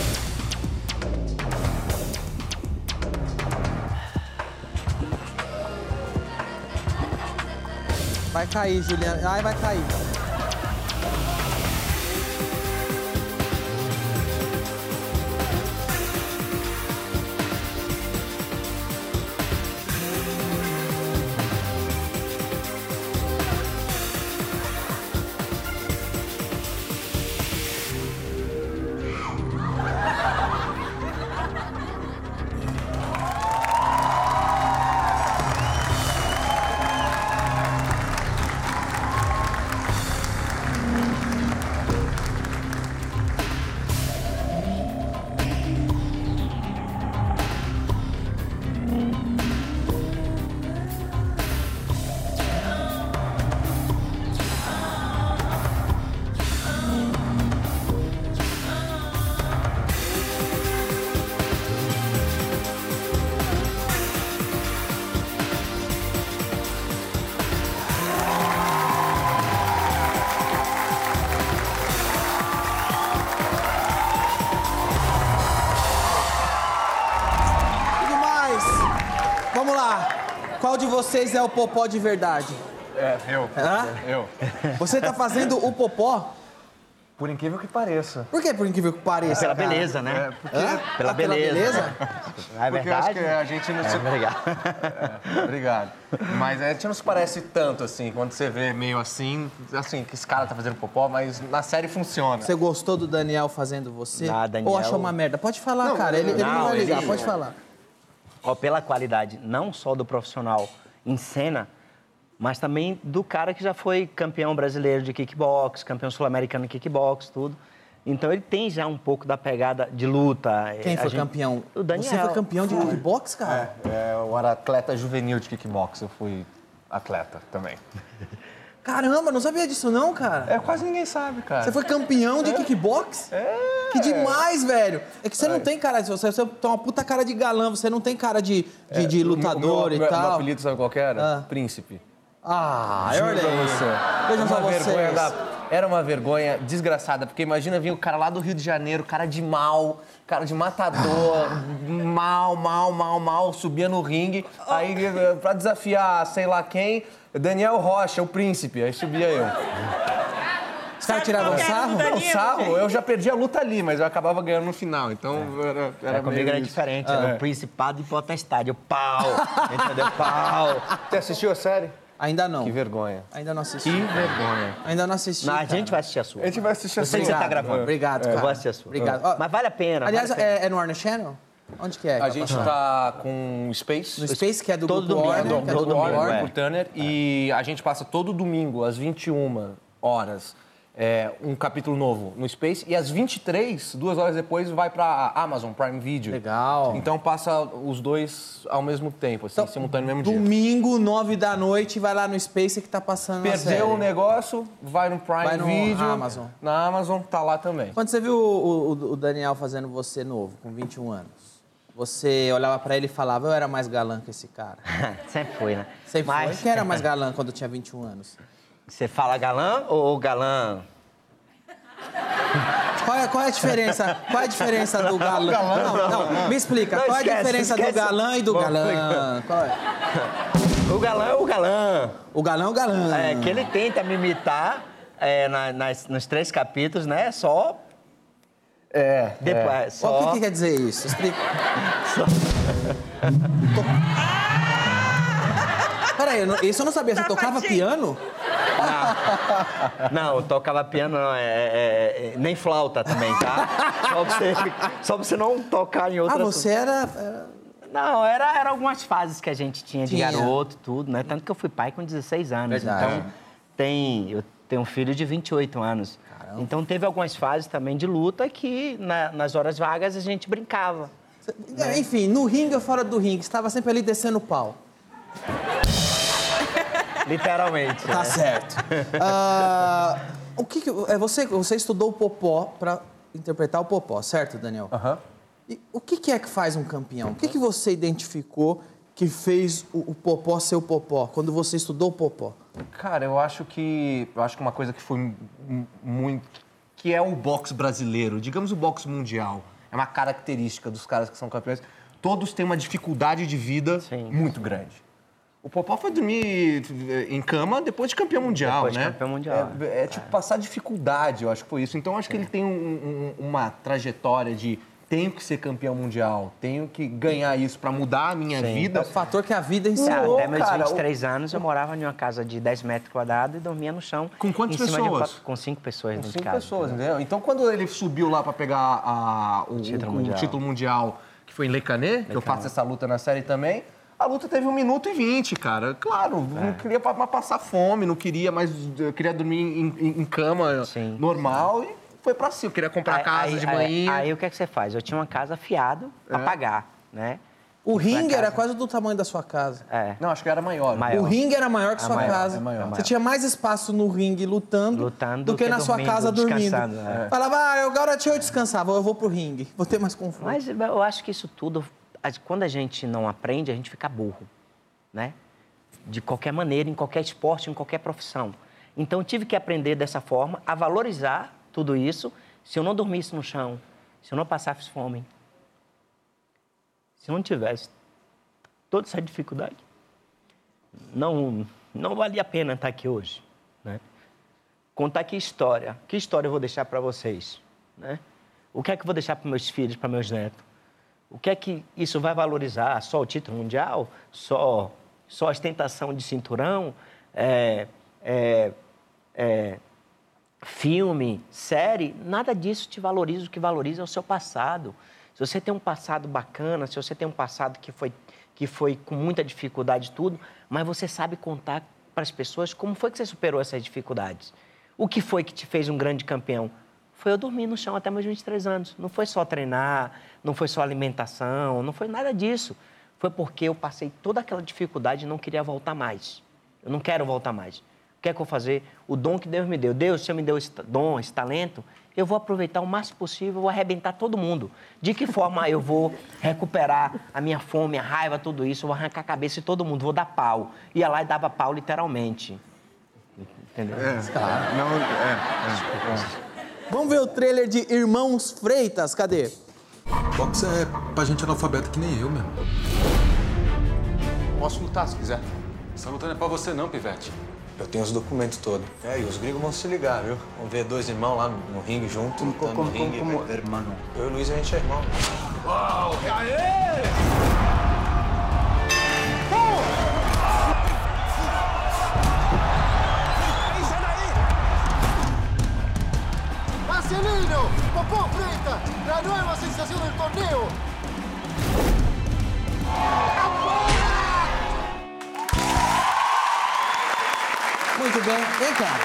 [SPEAKER 3] Vai cair, Juliana. Ai, vai cair. Tudo mais. Vamos lá. Qual de vocês é o popó de verdade?
[SPEAKER 9] É, Eu,
[SPEAKER 3] Hã?
[SPEAKER 9] eu.
[SPEAKER 3] Você tá fazendo o popó?
[SPEAKER 9] Por incrível que pareça.
[SPEAKER 3] Por que, por incrível que pareça?
[SPEAKER 6] Pela
[SPEAKER 3] cara?
[SPEAKER 6] beleza, né?
[SPEAKER 9] É,
[SPEAKER 3] Hã?
[SPEAKER 6] Pela
[SPEAKER 3] Ah, pela
[SPEAKER 6] beleza.
[SPEAKER 3] beleza?
[SPEAKER 6] É
[SPEAKER 9] Porque eu acho que
[SPEAKER 6] verdade?
[SPEAKER 9] a gente não se... É,
[SPEAKER 6] É, obrigado.
[SPEAKER 9] Obrigado. Mas a gente não se parece tanto, assim, quando você vê meio assim, assim, que esse cara tá fazendo popó, mas na série funciona.
[SPEAKER 3] Você gostou do Daniel fazendo você?
[SPEAKER 6] Ah, Daniel-
[SPEAKER 3] Ou achou uma merda? Pode falar, cara. Ele, ele não,
[SPEAKER 6] não,
[SPEAKER 3] vai ligar,
[SPEAKER 6] ele-
[SPEAKER 3] pode falar.
[SPEAKER 6] Ó, pela qualidade não só do profissional em cena, mas também do cara que já foi campeão brasileiro de kickbox, campeão sul-americano de kickbox, tudo. Então ele tem já um pouco da pegada de luta.
[SPEAKER 5] é,
[SPEAKER 6] É,
[SPEAKER 3] Quem
[SPEAKER 6] A
[SPEAKER 3] foi
[SPEAKER 6] gente-
[SPEAKER 3] campeão?
[SPEAKER 6] O Daniel.
[SPEAKER 3] Você foi campeão de kickbox, cara?
[SPEAKER 9] É, eu era atleta juvenil de kickbox, eu fui atleta também.
[SPEAKER 3] Caramba, não sabia disso não, cara.
[SPEAKER 9] É, quase ninguém sabe, cara.
[SPEAKER 3] Você foi campeão de kickbox? É. Que demais, velho. É que você não tem cara de... Você, você tem uma puta cara de galã, você não tem cara de, de, de lutador
[SPEAKER 9] meu,
[SPEAKER 3] e
[SPEAKER 9] meu,
[SPEAKER 3] tal.
[SPEAKER 9] Meu apelido sabe qual que era?
[SPEAKER 3] Ah.
[SPEAKER 9] Príncipe.
[SPEAKER 3] Ah,
[SPEAKER 9] Juro
[SPEAKER 3] olha
[SPEAKER 9] pra
[SPEAKER 3] aí.
[SPEAKER 9] você.
[SPEAKER 3] Vejam só
[SPEAKER 9] Uma vergonha
[SPEAKER 3] vocês.
[SPEAKER 9] da- Era uma vergonha desgraçada, porque imagina vir o cara lá do Rio de Janeiro, cara de mal, cara de matador, mal, mal, mal, mal, subia no ringue, aí eh, pra desafiar sei lá quem, Daniel Rocha, o príncipe, aí subia eu. É
[SPEAKER 3] Os caras
[SPEAKER 8] Sabe qual
[SPEAKER 3] tiravam
[SPEAKER 8] que era o
[SPEAKER 3] sarro?
[SPEAKER 8] Daniel?
[SPEAKER 9] Não, sarro, eu já perdi a luta ali, mas eu acabava ganhando no final, então era, era
[SPEAKER 6] É, comigo
[SPEAKER 9] meio
[SPEAKER 6] era
[SPEAKER 9] isso. Ah, é.
[SPEAKER 6] diferente, era um o principado e potestade, o pau, entendeu? Pau.
[SPEAKER 9] Você assistiu a série?
[SPEAKER 3] Ainda não.
[SPEAKER 9] Que vergonha.
[SPEAKER 3] Ainda não assisti.
[SPEAKER 9] Que vergonha.
[SPEAKER 3] Ainda não assisti.
[SPEAKER 6] Não, a
[SPEAKER 3] cara.
[SPEAKER 6] gente vai assistir a sua.
[SPEAKER 9] A gente vai assistir assim. É. a
[SPEAKER 6] Eu sei que
[SPEAKER 9] sua.
[SPEAKER 6] você tá gravando.
[SPEAKER 3] Obrigado,
[SPEAKER 6] Eu
[SPEAKER 3] cara.
[SPEAKER 6] vou assistir a sua.
[SPEAKER 3] Obrigado. Ó,
[SPEAKER 6] Mas vale a pena.
[SPEAKER 3] Aliás,
[SPEAKER 6] vale a pena.
[SPEAKER 3] é, é no Warner Channel? Onde que é?
[SPEAKER 9] A gente tá com Space.
[SPEAKER 3] No Space, que é do
[SPEAKER 6] Todo
[SPEAKER 3] grupo
[SPEAKER 6] domingo,
[SPEAKER 3] Warner,
[SPEAKER 6] todo
[SPEAKER 3] que é do
[SPEAKER 9] Todo
[SPEAKER 3] grupo
[SPEAKER 6] domingo,
[SPEAKER 3] Warner.
[SPEAKER 6] é.
[SPEAKER 9] Warner, Turner, e a gente passa todo domingo, às 21 horas, é, um capítulo novo no Space, e às 23, duas horas depois, vai pra Amazon Prime Video.
[SPEAKER 3] Legal. Então,
[SPEAKER 9] Então passa os dois ao mesmo tempo, assim, simultâneo no mesmo dia.
[SPEAKER 3] Domingo, 9 da noite, vai lá no Space que tá passando a série.
[SPEAKER 9] Perdeu né? o negócio, vai no Prime
[SPEAKER 3] Vai no
[SPEAKER 9] Video.
[SPEAKER 3] Amazon.
[SPEAKER 9] Na Amazon tá lá também.
[SPEAKER 3] Quando você viu o, o- o Daniel fazendo você novo, com 21 anos, você olhava pra ele e falava, eu era mais galã que esse cara.
[SPEAKER 6] Sempre foi, né?
[SPEAKER 3] Você
[SPEAKER 6] Mas-
[SPEAKER 3] foi? que era mais galã quando eu tinha 21 anos?
[SPEAKER 6] Você fala galã ou galã?
[SPEAKER 3] Qual é, qual é a diferença? Qual é a diferença do galã? Não, não, me explica.
[SPEAKER 6] Não,
[SPEAKER 3] qual é a
[SPEAKER 6] esquece,
[SPEAKER 3] diferença do
[SPEAKER 6] esquece.
[SPEAKER 3] galã e do
[SPEAKER 6] Vamos
[SPEAKER 3] galã? Qual é?
[SPEAKER 6] O galã é o galã.
[SPEAKER 3] O galã é o galã.
[SPEAKER 6] É, que ele tenta me imitar é, na- nas- nos três capítulos, né? Só.
[SPEAKER 9] É.
[SPEAKER 6] Depois, é,
[SPEAKER 3] Ó, O
[SPEAKER 6] só.
[SPEAKER 3] que, que quer dizer isso? Explica. To- Peraí, eu não- isso eu não sabia.
[SPEAKER 6] Tá
[SPEAKER 3] Você tocava piano?
[SPEAKER 6] Não, eu tocava piano, não, é, é- é- nem flauta também, tá? Só pra você, só pra você não tocar em
[SPEAKER 3] Ah,
[SPEAKER 6] outra.
[SPEAKER 3] você era... era-
[SPEAKER 6] Não, era, era algumas fases que a gente tinha de
[SPEAKER 3] Tinha.
[SPEAKER 6] garoto, tudo, né? Tanto que eu fui pai com 16 anos.
[SPEAKER 3] Verdade.
[SPEAKER 6] Então, tem, eu tenho um filho de 28 anos. Então, teve algumas fases também de luta que, na- nas horas vagas, a gente brincava.
[SPEAKER 3] Enfim, no ringue ou fora do ringue, estava sempre ali descendo o pau.
[SPEAKER 6] Literalmente.
[SPEAKER 3] Tá certo. Ah, o que, que é você, você estudou o Popó pra interpretar o Popó, certo, Daniel? Aham. E o que, que é que faz um campeão? O que, que você identificou que fez o, o Popó ser o Popó quando você estudou o Popó?
[SPEAKER 9] Cara, eu acho que. Eu acho que uma coisa que foi mu- muito. que é o boxe brasileiro, digamos o boxe mundial. É uma característica dos caras que são campeões. Todos têm uma dificuldade de vida
[SPEAKER 6] Sim.
[SPEAKER 9] muito grande. O Popó foi dormir eh, em cama depois de campeão mundial,
[SPEAKER 6] Depois de
[SPEAKER 9] né?
[SPEAKER 6] campeão mundial, É.
[SPEAKER 9] É, é, tipo passar dificuldade, eu acho que foi isso. Então eu acho que ele tem um- um- uma trajetória de tenho que ser campeão mundial, tenho que ganhar isso pra mudar a minha
[SPEAKER 3] É
[SPEAKER 9] vida.
[SPEAKER 3] o fator que a vida ensinou.
[SPEAKER 9] é
[SPEAKER 6] Até meus
[SPEAKER 9] cara,
[SPEAKER 6] 23 anos, eu morava em uma casa de 10 metros quadrados e dormia no chão.
[SPEAKER 9] Com quantas
[SPEAKER 6] em cima de um
[SPEAKER 9] pessoas?
[SPEAKER 6] pa- com cinco pessoas
[SPEAKER 9] Com
[SPEAKER 6] dentro
[SPEAKER 9] cinco
[SPEAKER 6] de casa.
[SPEAKER 9] pessoas, entendeu? Então, quando ele subiu lá pra pegar a- o, o- o
[SPEAKER 6] Título
[SPEAKER 9] título,
[SPEAKER 6] mundial.
[SPEAKER 9] mundial. que foi em Lecané, que eu faço essa luta na série também, a luta teve um minuto e vinte, cara. Claro,
[SPEAKER 6] É.
[SPEAKER 9] não queria pa- pa- passar fome, não queria mais... eu Queria dormir em, em- em cama
[SPEAKER 6] Sim.
[SPEAKER 9] normal e foi pra cima. Queria comprar casa de manhã.
[SPEAKER 6] Aí, o que é que você faz? Eu tinha uma casa fiado pra pagar, né?
[SPEAKER 3] O ringue
[SPEAKER 6] casa.
[SPEAKER 3] era quase do tamanho da sua casa.
[SPEAKER 6] É,
[SPEAKER 9] Não, acho que era maior.
[SPEAKER 6] Maior.
[SPEAKER 3] O ringue era maior que
[SPEAKER 9] É
[SPEAKER 3] sua
[SPEAKER 9] maior,
[SPEAKER 3] casa.
[SPEAKER 9] é maior.
[SPEAKER 3] Você tinha mais espaço no ringue lutando,
[SPEAKER 6] Lutando
[SPEAKER 3] do que,
[SPEAKER 6] que
[SPEAKER 3] na sua
[SPEAKER 6] dormindo,
[SPEAKER 3] casa dormindo.
[SPEAKER 6] descansando, é.
[SPEAKER 3] Falava, ah, eu- agora deixa eu descansar, vou- eu vou pro ringue, vou ter mais confronto.
[SPEAKER 6] mas eu acho que isso tudo, as- quando a gente não aprende, a gente fica burro, né? De qualquer maneira, em qualquer esporte, em qualquer profissão. Então, eu tive que aprender dessa forma a valorizar tudo isso. Se eu não dormisse no chão, se eu não passasse fome, se eu não tivesse toda essa dificuldade, não, não valia a pena estar aqui hoje, né? Contar que história, que história eu vou deixar para vocês, né? O que é que eu vou deixar para meus filhos, para meus netos? O que é que isso vai valorizar? Só o título mundial? Só, só a ostentação de cinturão? É, é, é, filme, série, nada disso te valoriza. O que valoriza é o seu passado. Se você tem um passado bacana, se você tem um passado que foi, que foi com muita dificuldade e tudo, mas você sabe contar para as pessoas como foi que você superou essas dificuldades. O que foi que te fez um grande campeão? Foi eu dormir no chão até meus 23 anos. Não foi só treinar, não foi só alimentação, não foi nada disso. Foi porque eu passei toda aquela dificuldade e não queria voltar mais. Eu não quero voltar mais. O que é que eu vou fazer? O dom que Deus me deu. Deus, se eu me deu esse dom, esse talento, eu vou aproveitar o máximo possível, eu vou arrebentar todo mundo. De que forma eu vou recuperar a minha fome, a raiva, tudo isso? Eu vou arrancar a cabeça de todo mundo, vou dar pau. Ia lá e dava pau, literalmente. Entendeu?
[SPEAKER 9] Não, é.
[SPEAKER 3] Vamos ver o trailer de Irmãos Freitas, cadê?
[SPEAKER 7] Box é pra gente analfabeta que nem eu mesmo.
[SPEAKER 10] Posso lutar se quiser. Essa luta não é pra você não, Pivete. Eu tenho os documentos todos. É, e os gringos vão se ligar, viu? Vão ver dois irmãos lá no ringue junto, como, lutando no ringue.
[SPEAKER 7] Hermano.
[SPEAKER 10] Eu e o Luiz, a gente é irmão.
[SPEAKER 11] Marcelino, Popó Freitas, la nueva sensación del torneo.
[SPEAKER 3] Muito bem. Vem cá.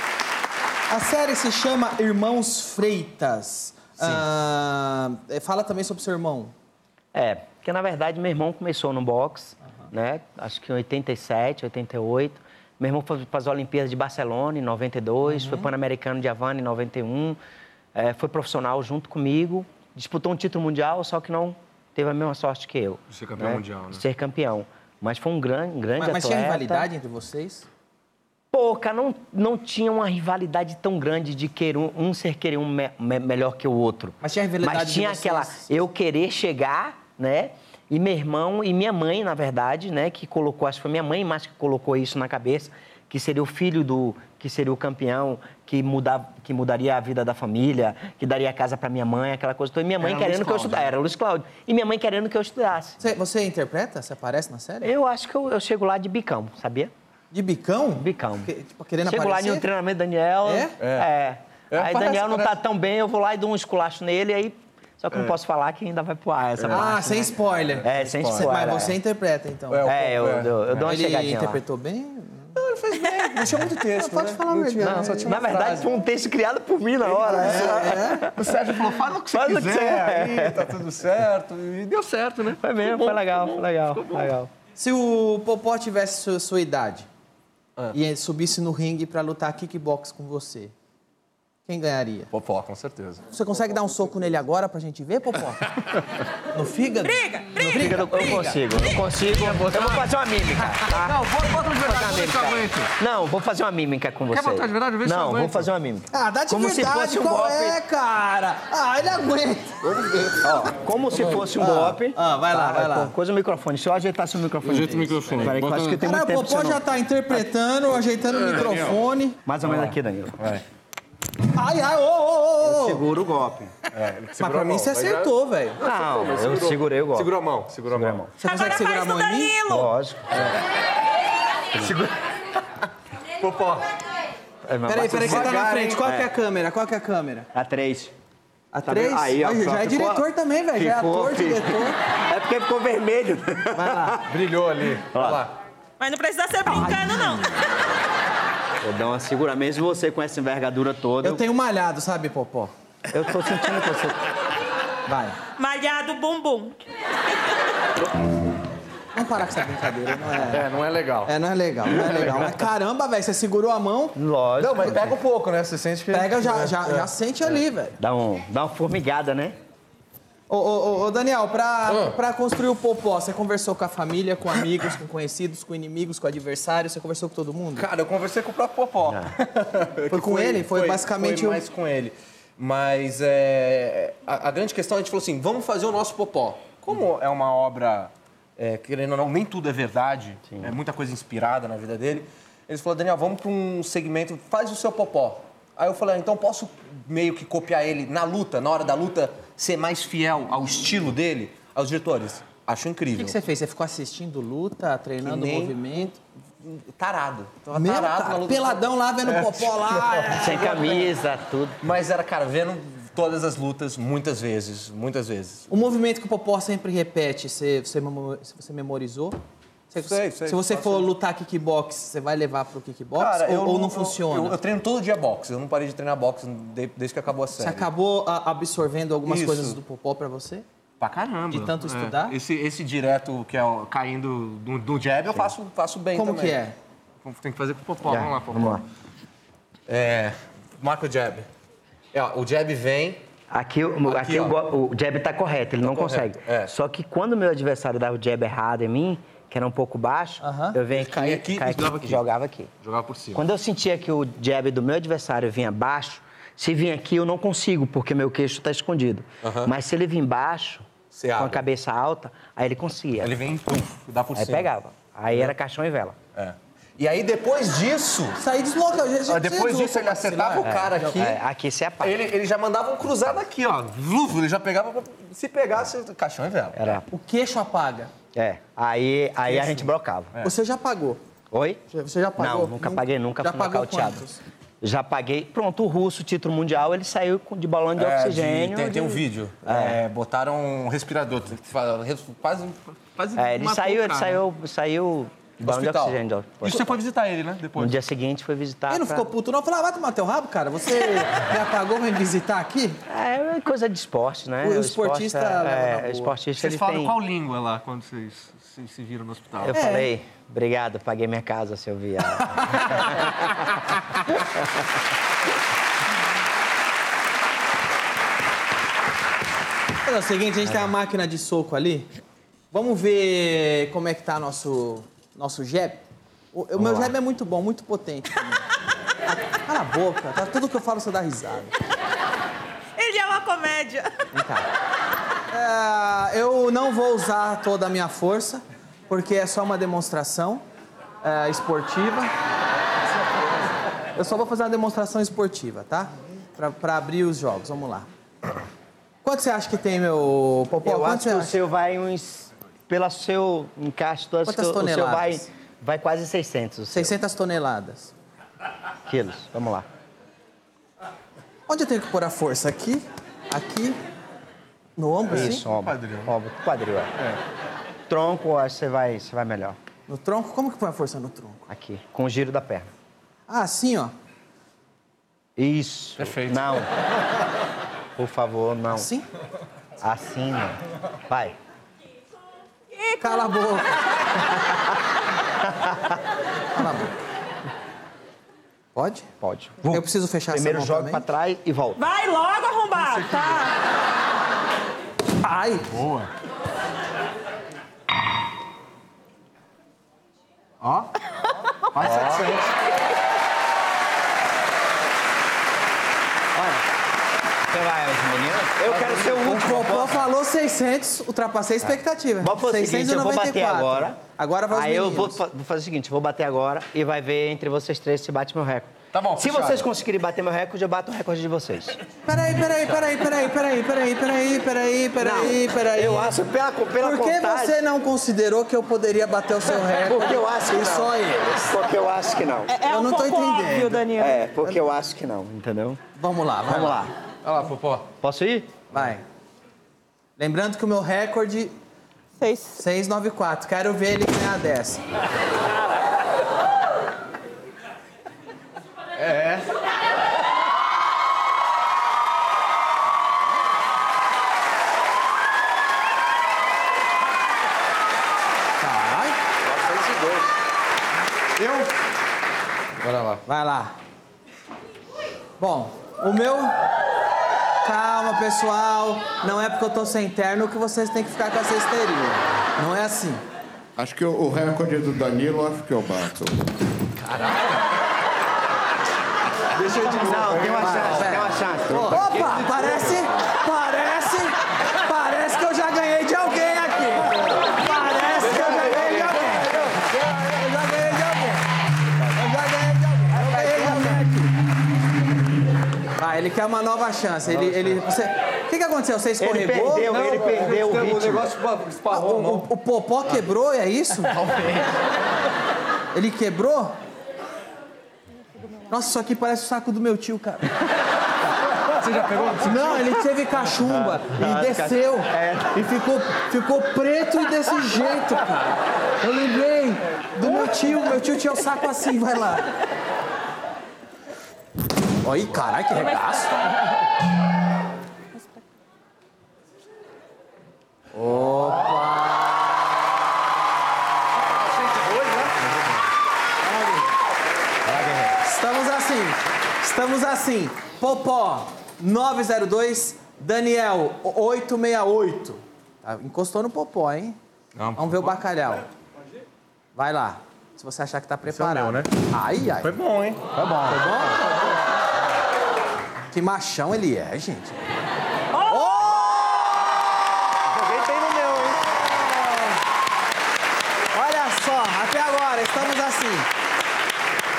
[SPEAKER 3] A série se chama Irmãos Freitas. Ah, eh, fala também sobre seu irmão.
[SPEAKER 6] É, porque na verdade meu irmão começou no boxe, né? Acho que em 87, 88. Meu irmão foi para as Olimpíadas de Barcelona em 92,
[SPEAKER 3] Uhum.
[SPEAKER 6] foi Pan-Americano de Havana em 91. eh, foi profissional junto comigo, disputou um título mundial, só que não teve a mesma sorte que eu.
[SPEAKER 9] De ser campeão mundial, né?
[SPEAKER 6] De ser campeão. Mas foi um grande, um grande
[SPEAKER 3] Mas, mas
[SPEAKER 6] atleta.
[SPEAKER 3] tinha rivalidade entre vocês?
[SPEAKER 6] Pouca, não, não tinha uma rivalidade tão grande de querer um, um ser querer um me- me- melhor que o outro. Mas
[SPEAKER 3] tinha rivalidade
[SPEAKER 6] Mas tinha
[SPEAKER 3] de vocês?
[SPEAKER 6] aquela, eu querer chegar, né? E meu irmão e minha mãe, na verdade, né? Que colocou, acho que foi minha mãe mais que colocou isso na cabeça, que seria o filho do, que seria o campeão, que, mudava, que mudaria a vida da família, que daria a casa pra minha mãe, aquela coisa toda. E minha mãe
[SPEAKER 3] Era Luiz
[SPEAKER 6] querendo que eu
[SPEAKER 3] Cláudio,
[SPEAKER 6] estudasse.
[SPEAKER 3] né?
[SPEAKER 6] Era Luiz Cláudio. E minha mãe querendo que eu estudasse.
[SPEAKER 3] Você, você interpreta? Você aparece na série?
[SPEAKER 6] Eu acho que eu, eu chego lá de bicão, sabia?
[SPEAKER 3] De bicão?
[SPEAKER 6] Bicão.
[SPEAKER 3] tipo, querendo
[SPEAKER 6] Chego
[SPEAKER 3] aparecer?
[SPEAKER 6] lá um no treinamento, Daniel.
[SPEAKER 3] É?
[SPEAKER 6] É.
[SPEAKER 3] É,
[SPEAKER 6] aí
[SPEAKER 3] parece,
[SPEAKER 6] Daniel não tá
[SPEAKER 3] parece.
[SPEAKER 6] tão bem, eu vou lá e dou um esculacho nele, aí. Só que eu não
[SPEAKER 3] É.
[SPEAKER 6] posso falar que ainda vai pro ar essa
[SPEAKER 3] ah,
[SPEAKER 6] parte. né?
[SPEAKER 3] sem spoiler.
[SPEAKER 6] É, sem spoiler.
[SPEAKER 3] Mas você
[SPEAKER 6] é.
[SPEAKER 3] interpreta, então.
[SPEAKER 6] É, eu, eu, eu dou uma
[SPEAKER 3] Ele
[SPEAKER 6] chegadinha lá.
[SPEAKER 3] interpretou bem?
[SPEAKER 6] Não, ele fez bem. Deixou muito texto.
[SPEAKER 3] Pode né? falar Não tinha- mesmo, não, né? só tinha
[SPEAKER 6] Na
[SPEAKER 3] uma
[SPEAKER 6] verdade,
[SPEAKER 3] frase.
[SPEAKER 6] foi um texto criado por mim na hora. né?
[SPEAKER 12] O Sérgio falou, fala o que você
[SPEAKER 6] Faz o que
[SPEAKER 12] quiser,
[SPEAKER 6] você-
[SPEAKER 12] aí, tá tudo certo. E deu certo, né?
[SPEAKER 6] Foi mesmo, foi legal, foi legal, foi legal.
[SPEAKER 3] Se o Popó tivesse su- sua, idade
[SPEAKER 6] Ah.
[SPEAKER 3] e ele subisse no ringue pra lutar kickbox com você, quem ganharia?
[SPEAKER 9] Popó, com certeza.
[SPEAKER 3] Você consegue dar um soco nele agora pra gente ver, Popó? no fígado? Briga!
[SPEAKER 6] No fígado eu consigo, eu consigo. Eu vou fazer uma mímica. tá?
[SPEAKER 3] Não, bota- bota de
[SPEAKER 6] Vou fazer uma
[SPEAKER 3] verdade, bota de
[SPEAKER 6] mímica.
[SPEAKER 3] caguete.
[SPEAKER 6] Não, vou fazer uma mímica com
[SPEAKER 3] Quer
[SPEAKER 6] você.
[SPEAKER 3] botar de verdade? Vê se eu
[SPEAKER 6] Não, vou
[SPEAKER 3] aguento.
[SPEAKER 6] fazer uma mímica.
[SPEAKER 3] Ah, dá de
[SPEAKER 6] Como se
[SPEAKER 3] verdade,
[SPEAKER 6] fosse um
[SPEAKER 3] qual
[SPEAKER 6] golpe.
[SPEAKER 3] é, cara? Ah, ele aguenta.
[SPEAKER 6] Ó, como se fosse um
[SPEAKER 3] Ah,
[SPEAKER 6] golpe.
[SPEAKER 3] ah, vai lá, vai lá.
[SPEAKER 6] Coisa o microfone. Se eu ajeitasse o microfone.
[SPEAKER 3] Ajeita o
[SPEAKER 6] Isso,
[SPEAKER 3] microfone.
[SPEAKER 6] Peraí, que eu
[SPEAKER 3] Bota-
[SPEAKER 6] acho que É, tem muito
[SPEAKER 3] Caralho,
[SPEAKER 6] tempo
[SPEAKER 3] o Popó já tá interpretando, ajeitando o microfone.
[SPEAKER 6] Mais ou menos aqui, Danilo.
[SPEAKER 3] Ai, ai, ô, ô, ô, ô.
[SPEAKER 6] Segura o golpe.
[SPEAKER 9] É,
[SPEAKER 3] Mas pra mim é você acertou, velho.
[SPEAKER 6] Não,
[SPEAKER 3] Acertou, mas
[SPEAKER 6] eu
[SPEAKER 3] segurou.
[SPEAKER 6] segurei o golpe.
[SPEAKER 3] Segurou
[SPEAKER 9] a mão, segurou
[SPEAKER 6] a mão.
[SPEAKER 3] Você consegue segurar a mão em mim?
[SPEAKER 6] Lógico. Segura.
[SPEAKER 9] Popó.
[SPEAKER 3] Peraí, peraí, que você tá na frente. Qual que é a câmera? Qual que é a câmera?
[SPEAKER 6] A 3.
[SPEAKER 3] A
[SPEAKER 6] Tá
[SPEAKER 3] três?
[SPEAKER 6] vendo? Aí, ó,
[SPEAKER 3] Olha,
[SPEAKER 6] só
[SPEAKER 3] já é
[SPEAKER 6] ficou-
[SPEAKER 3] diretor também, velho. Já é
[SPEAKER 6] ficou,
[SPEAKER 3] ator,
[SPEAKER 6] filho.
[SPEAKER 3] diretor.
[SPEAKER 6] É porque ficou vermelho.
[SPEAKER 3] Vai lá.
[SPEAKER 9] Brilhou ali. Olha lá.
[SPEAKER 13] Mas não precisa ser brincando, não.
[SPEAKER 6] Vou dar uma segura, mesmo você com essa envergadura toda.
[SPEAKER 3] Eu tenho malhado, sabe, Popó?
[SPEAKER 6] Eu tô sentindo que você.
[SPEAKER 3] Vai.
[SPEAKER 13] Malhado bumbum.
[SPEAKER 3] Vamos parar com essa brincadeira, não é?
[SPEAKER 9] É, não é legal.
[SPEAKER 3] É, não é legal, não é legal. Mas caramba, velho, você segurou a mão.
[SPEAKER 6] Lógico.
[SPEAKER 9] Não, mas pega um pouco, né? Você sente que.
[SPEAKER 3] Pega, já, já, já sente ali, velho.
[SPEAKER 6] Dá, um, dá uma formigada, né?
[SPEAKER 3] Ô, ô, ô, ô, Daniel, pra, pra construir o Popó, você conversou com a família, com amigos, com conhecidos, com inimigos, com adversários? Você conversou com todo mundo?
[SPEAKER 9] Cara, eu conversei com o próprio Popó. Que
[SPEAKER 3] Foi com ele? Foi basicamente
[SPEAKER 9] Foi
[SPEAKER 3] o-
[SPEAKER 9] mais com ele. Mas é, a, a grande questão, a gente falou assim, vamos fazer o nosso Popó. Como é uma obra, é, querendo ou não, nem tudo é verdade, é muita coisa inspirada na vida dele, eles falaram, Daniel, vamos para um segmento, faz o seu Popó. Aí eu falei, ah, então posso meio que copiar ele na luta, na hora da luta, ser mais fiel ao estilo dele? Aos diretores, acho
[SPEAKER 3] O que,
[SPEAKER 9] incrível.
[SPEAKER 3] que você fez? Você ficou assistindo luta, treinando
[SPEAKER 9] Que nem-
[SPEAKER 3] movimento?
[SPEAKER 9] Tarado. Tava
[SPEAKER 3] Mesmo,
[SPEAKER 9] tarado
[SPEAKER 3] cara?
[SPEAKER 9] na luta.
[SPEAKER 3] Peladão lá, vendo
[SPEAKER 9] É.
[SPEAKER 3] Popó lá. é.
[SPEAKER 6] Sem camisa, tudo.
[SPEAKER 9] Mas era, cara, vendo todas as lutas muitas vezes, muitas vezes.
[SPEAKER 3] O movimento que o Popó sempre repete, você, você, memo- você memorizou? Você-
[SPEAKER 9] Sei, sei,
[SPEAKER 3] se você
[SPEAKER 9] faço.
[SPEAKER 3] for lutar kickbox, você vai levar pro kickbox ou,
[SPEAKER 9] eu
[SPEAKER 3] ou não funciona?
[SPEAKER 9] Eu, eu treino todo dia boxe, eu não parei de treinar boxe de- desde que acabou a série.
[SPEAKER 3] Você acabou a- absorvendo algumas
[SPEAKER 9] Isso.
[SPEAKER 3] coisas do Popó pra você?
[SPEAKER 9] Pra caramba.
[SPEAKER 3] De tanto estudar?
[SPEAKER 9] É. Esse, esse direto que é o- caindo no, no jab, eu faço, faço bem
[SPEAKER 3] Como
[SPEAKER 9] também.
[SPEAKER 3] que é?
[SPEAKER 9] Tem que fazer com o Popó,
[SPEAKER 3] Já,
[SPEAKER 9] vamos lá, Popó.
[SPEAKER 6] vamos lá.
[SPEAKER 9] É, marca o jab. É, ó, o jab vem...
[SPEAKER 6] Aqui, o- aqui,
[SPEAKER 9] Aqui,
[SPEAKER 6] o,
[SPEAKER 9] ó.
[SPEAKER 6] go- o jab tá correto, ele não
[SPEAKER 9] correto, é.
[SPEAKER 6] consegue. Só que quando o meu adversário dava o jab errado em mim, que era um pouco baixo, eu venho aqui,
[SPEAKER 9] Caía aqui
[SPEAKER 6] caía
[SPEAKER 9] e jogava aqui.
[SPEAKER 6] jogava aqui.
[SPEAKER 9] Jogava por cima.
[SPEAKER 6] Quando eu sentia que o jab do meu adversário vinha baixo, se vinha aqui eu não consigo, porque meu queixo está escondido.
[SPEAKER 9] Aham.
[SPEAKER 6] Mas se ele vir baixo,
[SPEAKER 9] Você
[SPEAKER 6] com a
[SPEAKER 9] abre.
[SPEAKER 6] cabeça alta, aí ele conseguia.
[SPEAKER 9] Ele vem, pum, dá por
[SPEAKER 6] aí
[SPEAKER 9] cima.
[SPEAKER 6] pegava. Aí era caixão e vela.
[SPEAKER 9] É. E aí, depois disso...
[SPEAKER 3] Saí desloca, eu já- já-
[SPEAKER 9] Ó, Depois
[SPEAKER 3] já-
[SPEAKER 9] disso, ele acertava o cara
[SPEAKER 6] É,
[SPEAKER 9] aqui.
[SPEAKER 6] é, aqui se apaga.
[SPEAKER 9] Ele, ele já mandava um cruzado aqui, ó. Vluf, Ele já pegava. pra- Se pegasse, caixão e vela.
[SPEAKER 1] É,
[SPEAKER 6] Era.
[SPEAKER 3] O queixo apaga.
[SPEAKER 6] É. Aí, aí a gente brocava.
[SPEAKER 9] É.
[SPEAKER 3] Você já pagou.
[SPEAKER 6] Oi?
[SPEAKER 3] Você já pagou?
[SPEAKER 6] Não, nunca paguei, nunca
[SPEAKER 3] já
[SPEAKER 6] fui
[SPEAKER 3] pagou
[SPEAKER 6] nocauteado.
[SPEAKER 3] quantos?
[SPEAKER 9] Já paguei. Pronto, o russo, título mundial, ele saiu com- de balão de
[SPEAKER 1] É, de-
[SPEAKER 9] oxigênio.
[SPEAKER 1] tem, tem um
[SPEAKER 9] de-
[SPEAKER 1] vídeo.
[SPEAKER 9] É.
[SPEAKER 1] É, botaram um respirador. tu- tu fala, res- Quase. um quase
[SPEAKER 9] É, ele
[SPEAKER 1] matou
[SPEAKER 9] saiu,
[SPEAKER 1] o
[SPEAKER 9] ele
[SPEAKER 1] cara.
[SPEAKER 9] saiu, saiu de balão de
[SPEAKER 1] Hospital.
[SPEAKER 9] oxigênio.
[SPEAKER 1] E você foi visitar ele, né? Depois.
[SPEAKER 9] No dia seguinte foi visitar.
[SPEAKER 3] Ele não
[SPEAKER 9] pra-
[SPEAKER 3] ficou puto, não? Falou, ah, vai tomar teu rabo, cara. Você me apagou, vem visitar aqui?
[SPEAKER 9] É coisa de esporte, né?
[SPEAKER 3] O,
[SPEAKER 9] O esporte
[SPEAKER 3] esportista.
[SPEAKER 9] é-
[SPEAKER 3] leva na
[SPEAKER 9] é,
[SPEAKER 3] boa.
[SPEAKER 9] esportista,
[SPEAKER 1] Vocês
[SPEAKER 9] ele
[SPEAKER 1] falam
[SPEAKER 9] tem-
[SPEAKER 1] qual língua lá quando vocês se, se viram no hospital?
[SPEAKER 9] Eu falei, obrigado, paguei minha casa, seu viado.
[SPEAKER 3] Mas É o seguinte, a gente tem uma máquina de soco ali. Vamos ver como é que tá nosso, nosso jab. O, o meu
[SPEAKER 9] lá.
[SPEAKER 3] jab é muito bom, muito potente. também. Ah, Cala a boca, tá? tudo que eu falo você dá risada.
[SPEAKER 6] Ele é uma comédia.
[SPEAKER 3] Vem cá. É, eu não vou usar toda a minha força, porque é só uma demonstração é, esportiva. Eu só vou fazer uma demonstração esportiva, tá? Pra, pra abrir os jogos, vamos lá. Quanto você acha que tem, meu popó?
[SPEAKER 9] Eu
[SPEAKER 3] Quanto
[SPEAKER 9] acho que o seu vai uns. Pelo seu encaixe, tu acha que
[SPEAKER 3] Quantas
[SPEAKER 9] o- o seu vai,
[SPEAKER 3] toneladas?
[SPEAKER 9] vai quase 600 o seu.
[SPEAKER 3] 600 toneladas.
[SPEAKER 9] quilos. Vamos lá.
[SPEAKER 3] Onde eu tenho que pôr a força? Aqui? Aqui? No ombro, assim?
[SPEAKER 9] Isso, ombro. Quadril. Ombro, quadril, é. Tronco, eu acho que você vai, você vai melhor.
[SPEAKER 3] No tronco? Como que põe a força no tronco?
[SPEAKER 9] Aqui, com o giro da perna.
[SPEAKER 3] Ah, assim, ó.
[SPEAKER 9] Isso. Perfeito. Não. Por favor, não.
[SPEAKER 3] Assim?
[SPEAKER 9] Assim, não. Vai.
[SPEAKER 3] Cala a boca. Cala a boca. Pode?
[SPEAKER 9] Pode.
[SPEAKER 3] Eu preciso fechar
[SPEAKER 9] Primeiro
[SPEAKER 3] essa mão
[SPEAKER 9] joga
[SPEAKER 3] Tá também.
[SPEAKER 9] pra trás e volta.
[SPEAKER 6] Vai logo, arrombado, tá?
[SPEAKER 3] Ai!
[SPEAKER 1] Boa. Ó. Quase 700.
[SPEAKER 9] Você vai, meninas? Eu quero ser o
[SPEAKER 3] O Popó falou 600, ultrapassei a expectativa.
[SPEAKER 9] Tá. Vamos fazer o seguinte, eu vou bater agora.
[SPEAKER 3] Agora vai os
[SPEAKER 9] Aí eu vou,
[SPEAKER 3] meninos.
[SPEAKER 9] fa- vou fazer o seguinte, vou bater agora e vai ver entre vocês três se bate meu recorde. Tá bom, Se
[SPEAKER 3] fechado.
[SPEAKER 9] vocês conseguirem bater meu recorde, eu bato o recorde de vocês.
[SPEAKER 3] Peraí, peraí, peraí, peraí, peraí, peraí, peraí, peraí, peraí,
[SPEAKER 9] Não,
[SPEAKER 3] peraí.
[SPEAKER 9] eu acho pela- pela
[SPEAKER 3] Por que
[SPEAKER 9] contagem-
[SPEAKER 3] você não considerou que eu poderia bater o seu recorde?
[SPEAKER 9] Porque eu acho que
[SPEAKER 3] E
[SPEAKER 9] não.
[SPEAKER 3] só eles.
[SPEAKER 9] Porque eu acho que não.
[SPEAKER 3] É- é Eu um não tô pouco entendendo. óbvio, Danilo.
[SPEAKER 9] É, porque eu acho que não, entendeu?
[SPEAKER 3] Vamos lá, vai
[SPEAKER 9] Vamos lá.
[SPEAKER 1] Olha lá, Popó.
[SPEAKER 9] Posso ir?
[SPEAKER 3] Vai. Lembrando que o meu recorde...
[SPEAKER 6] 6.
[SPEAKER 3] 694. Quero ver ele ganhar dessa.
[SPEAKER 1] É.
[SPEAKER 3] Caralho.
[SPEAKER 1] é 402. Eu. Bora lá.
[SPEAKER 3] Vai lá. Bom, o meu. Calma, pessoal. Não é porque eu tô sem terno que vocês têm que ficar com essa histeria. Não é assim.
[SPEAKER 14] Acho que o, o recorde do Danilo, acho que é eu bato.
[SPEAKER 9] Deixa eu te Não, tem uma chance, tem uma chance.
[SPEAKER 3] Opa, parece. Parece. Parece que eu já ganhei de alguém aqui. Parece que eu já ganhei de alguém. Eu já ganhei de alguém. Eu já ganhei de alguém. Eu ganhei de alguém aqui. Vai, ele quer uma nova chance. Ele, ele, você... O que, que aconteceu? Você escorregou?
[SPEAKER 9] perdeu,
[SPEAKER 3] Não,
[SPEAKER 9] ele perdeu o ritmo.
[SPEAKER 3] esparrou o, o popó quebrou, é isso? Ele quebrou? Nossa, isso aqui parece o saco do meu tio, cara. Você já pegou? Não, ele teve cachumba
[SPEAKER 9] Ah,
[SPEAKER 3] e desceu. E ficou, ficou preto e desse jeito, cara. Eu lembrei do meu tio. Meu tio tinha o saco assim, vai lá. Olha, caralho, que regaço. Opa! Estamos assim, estamos assim. Popó, 902, Daniel, 868. Tá, encostou no Popó, hein? Vamos ver o bacalhau. Vai lá, se você achar que tá preparado. né? Ai, ai. Foi
[SPEAKER 1] bom, hein?
[SPEAKER 3] Foi bom. Foi bom? Que machão ele é, gente.
[SPEAKER 9] Joguei bem no meu, hein?
[SPEAKER 3] Olha só, até agora estamos assim.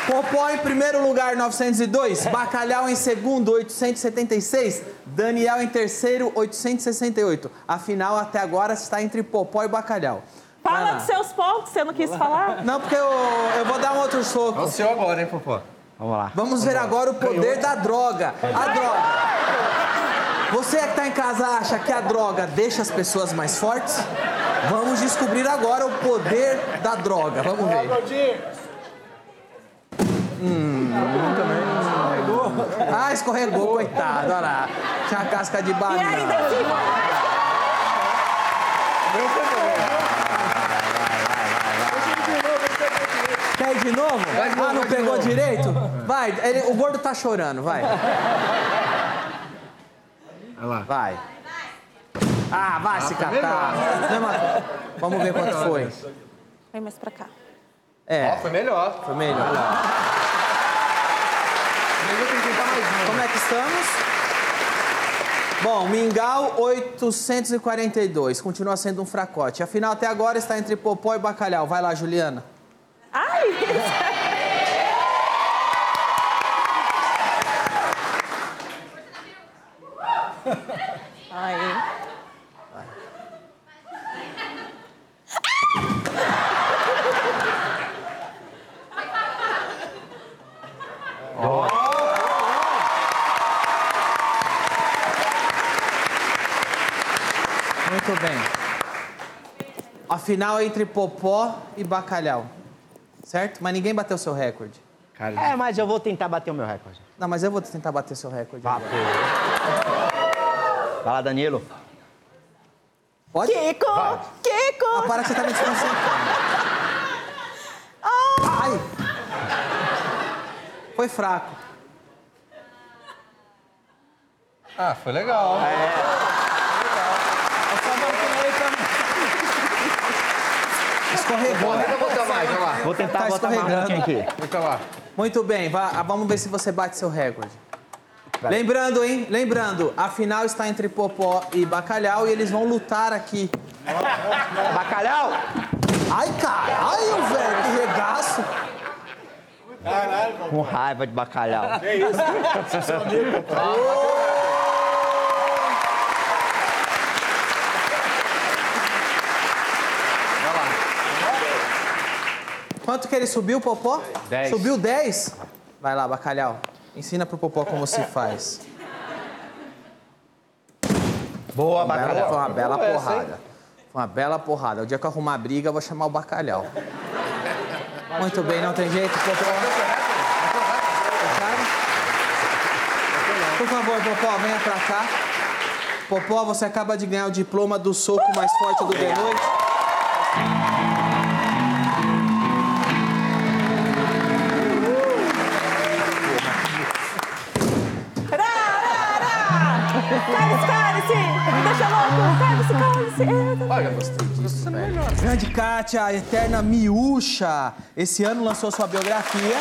[SPEAKER 3] Popó em primeiro lugar, 902. Bacalhau em segundo, 876. Daniel em terceiro, 868. Afinal, até agora está entre Popó e Bacalhau.
[SPEAKER 6] Fala dos seus pontos, você não quis falar?
[SPEAKER 3] Não, porque eu, eu vou dar um outro soco.
[SPEAKER 1] É o seu agora, hein, Popó? Vamos lá.
[SPEAKER 3] Vamos ver agora o poder
[SPEAKER 1] Canhoto.
[SPEAKER 3] da droga. A droga. Você que tá em casa acha que a droga deixa as pessoas mais fortes? Vamos descobrir agora o poder da droga. Vamos ver.
[SPEAKER 1] Hum,
[SPEAKER 3] Ah, escorregou, coitado. Olha lá. Tinha a casca de banana. Quer ir de novo? ah, não pegou direito? Vai, ele- o gordo tá chorando, vai.
[SPEAKER 15] Vai lá.
[SPEAKER 3] Vai. Ah, né? vai se catar. Não, mas- Vamos ver quanto foi.
[SPEAKER 16] Vem mais pra cá.
[SPEAKER 3] É.
[SPEAKER 15] Ó, foi melhor.
[SPEAKER 3] Foi melhor. Como é que estamos? Bom, Mingau 842. Continua sendo um fracote. Afinal, até agora está entre popó e bacalhau. Vai lá, Juliana.
[SPEAKER 16] Aí.
[SPEAKER 3] Muito bem. Afinal, é entre popó e bacalhau. Certo? Mas ninguém bateu seu recorde.
[SPEAKER 1] É, mas eu vou tentar bater o meu recorde.
[SPEAKER 3] Não, mas eu vou tentar bater seu recorde. agora.
[SPEAKER 1] Vai lá, Danilo.
[SPEAKER 3] Pode?
[SPEAKER 16] Kiko! Kiko!
[SPEAKER 3] Ah, para que você tá me desconcentrando.
[SPEAKER 16] Ah!
[SPEAKER 3] Ai! Foi fraco.
[SPEAKER 15] Ah, foi legal.
[SPEAKER 3] Escorregou.
[SPEAKER 15] Vou tentar botar mais, vai lá.
[SPEAKER 1] Vou
[SPEAKER 3] Tá
[SPEAKER 1] tentar botar mais um pouquinho aqui.
[SPEAKER 15] Fica lá.
[SPEAKER 3] Muito bem, vá- ah, vamos ver se você bate seu recorde. Lembrando, hein? Lembrando, a final está entre Popó e Bacalhau e eles vão lutar aqui.
[SPEAKER 1] Bacalhau!
[SPEAKER 3] Ai, caralho, velho, que regaço!
[SPEAKER 1] Com raiva de bacalhau.
[SPEAKER 17] É isso. Seu amigo.
[SPEAKER 3] Quanto que ele subiu, Popó?
[SPEAKER 15] Dez.
[SPEAKER 3] Subiu 10? Vai lá, Bacalhau. Ensina pro Popó como se faz.
[SPEAKER 1] Boa,
[SPEAKER 3] Bela,
[SPEAKER 1] bacalhau.
[SPEAKER 3] foi uma bela
[SPEAKER 1] Boa essa,
[SPEAKER 3] porrada. Foi uma bela porrada. O dia que eu arrumar briga, eu vou chamar o Bacalhau. Muito bem, não tem jeito, Popó. Por favor, Popó, venha pra cá. Popó, você acaba de ganhar o diploma do soco mais forte do The Noite.
[SPEAKER 16] Cálice, cálice! Me deixa louco! Cálice, cálice!
[SPEAKER 15] Olha, gostei
[SPEAKER 3] disso, velho. Grande Kátia, a eterna miúcha. Esse ano lançou sua biografia.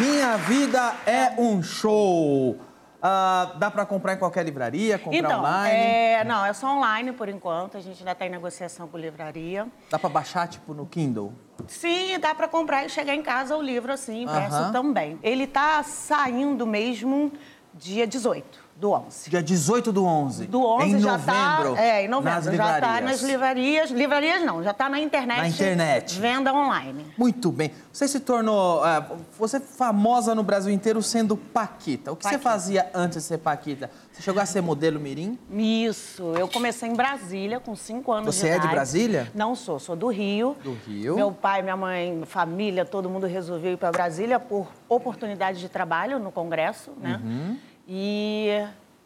[SPEAKER 3] Minha Vida é um Show. Ah, dá pra comprar em qualquer livraria, comprar
[SPEAKER 9] então,
[SPEAKER 3] online.
[SPEAKER 9] É, não, é só online por enquanto. A gente ainda está em negociação com livraria.
[SPEAKER 3] Dá pra baixar, tipo, no Kindle.
[SPEAKER 9] Sim, dá para comprar e chegar em casa o livro assim,
[SPEAKER 15] Ah.
[SPEAKER 9] impresso
[SPEAKER 3] Aham.
[SPEAKER 9] também. Ele tá saindo mesmo dia 18 do 11.
[SPEAKER 3] Dia 18 do 11.
[SPEAKER 9] Do 11
[SPEAKER 3] em
[SPEAKER 9] já
[SPEAKER 3] novembro,
[SPEAKER 9] tá, é, em novembro
[SPEAKER 3] nas
[SPEAKER 9] já tá
[SPEAKER 3] livrarias.
[SPEAKER 9] nas livrarias, livrarias não, já tá na internet.
[SPEAKER 3] Na internet.
[SPEAKER 9] Venda online.
[SPEAKER 3] Muito bem. Você se tornou. ah, você é famosa no Brasil inteiro sendo Paquita. O que você fazia antes de ser Paquita? Você chegou a ser modelo Mirim?
[SPEAKER 9] Isso, eu comecei em Brasília com 5 anos
[SPEAKER 3] Você
[SPEAKER 9] de
[SPEAKER 3] é de
[SPEAKER 9] idade.
[SPEAKER 3] Brasília?
[SPEAKER 9] Não sou, sou do Rio.
[SPEAKER 3] Do Rio.
[SPEAKER 9] Meu pai, minha mãe, família, todo mundo resolveu ir para Brasília por oportunidade de trabalho no Congresso, né?
[SPEAKER 3] Uhum.
[SPEAKER 9] E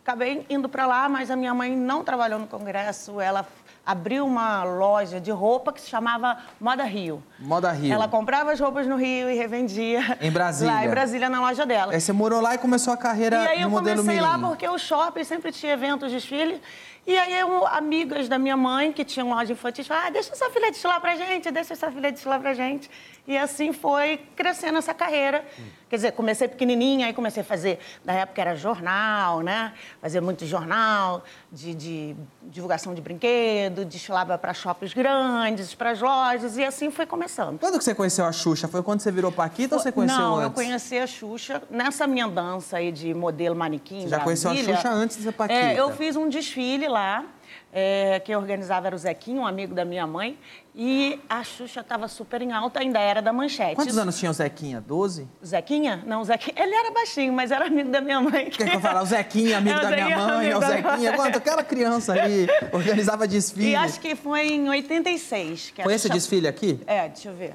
[SPEAKER 9] acabei indo para lá, mas a minha mãe não trabalhou no Congresso, ela f- abriu uma loja de roupa que se chamava Moda Rio.
[SPEAKER 3] Moda Rio.
[SPEAKER 9] Ela comprava as roupas no Rio e revendia.
[SPEAKER 3] Em Brasília.
[SPEAKER 9] Lá em Brasília, na loja dela.
[SPEAKER 3] Aí você morou lá e começou a carreira
[SPEAKER 9] E aí eu
[SPEAKER 3] no modelo
[SPEAKER 9] comecei
[SPEAKER 3] Mirim.
[SPEAKER 9] lá porque o shopping sempre tinha eventos, desfile. E aí eu, amigas da minha mãe, que tinham loja infantil, falaram, ah, deixa essa filha desfilar pra gente, deixa essa filha desfilar pra gente. E assim foi crescendo essa carreira. Quer dizer, comecei pequenininha, aí comecei a fazer, na época era jornal, né? Fazia muito jornal de, de divulgação de brinquedo, desfilava pra shoppings grandes, pras lojas, e assim foi começando.
[SPEAKER 3] Quando que você conheceu a Xuxa? Foi quando você virou Paquita ou você conheceu
[SPEAKER 9] Não, eu
[SPEAKER 3] antes?
[SPEAKER 9] conheci a Xuxa nessa minha dança aí de modelo manequim.
[SPEAKER 3] Você já conheceu a
[SPEAKER 9] Brasília.
[SPEAKER 3] Xuxa antes de ser Paquita.
[SPEAKER 9] É, eu fiz um desfile lá. É, quem organizava era o Zequinho, um amigo da minha mãe. E a Xuxa estava super em alta, ainda era da manchete.
[SPEAKER 3] Quantos anos tinha o Zequinha? 12?
[SPEAKER 9] Zequinha? Não, o Zequinha. Ele era baixinho, mas era amigo da minha mãe.
[SPEAKER 3] Quer que eu fale? O Zequinha, amigo
[SPEAKER 9] É, o
[SPEAKER 3] da minha
[SPEAKER 9] Zequinha,
[SPEAKER 3] mãe, é o
[SPEAKER 9] amigo da-
[SPEAKER 3] Zequinha. Quanto? Aquela criança ali organizava desfile.
[SPEAKER 9] E acho que foi em 86. Que a
[SPEAKER 3] Foi esse
[SPEAKER 9] Xuxa-
[SPEAKER 3] desfile aqui?
[SPEAKER 9] É, deixa eu ver.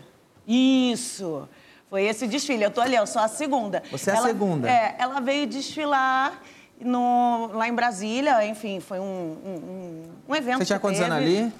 [SPEAKER 9] Isso! Foi esse desfile. Eu tô ali, eu sou a segunda.
[SPEAKER 3] Você é a segunda.
[SPEAKER 9] É, ela veio desfilar no- lá em Brasília, enfim, foi um, um, um- um evento.
[SPEAKER 3] Você tinha
[SPEAKER 9] que
[SPEAKER 3] quantos
[SPEAKER 9] teve.
[SPEAKER 3] anos ali?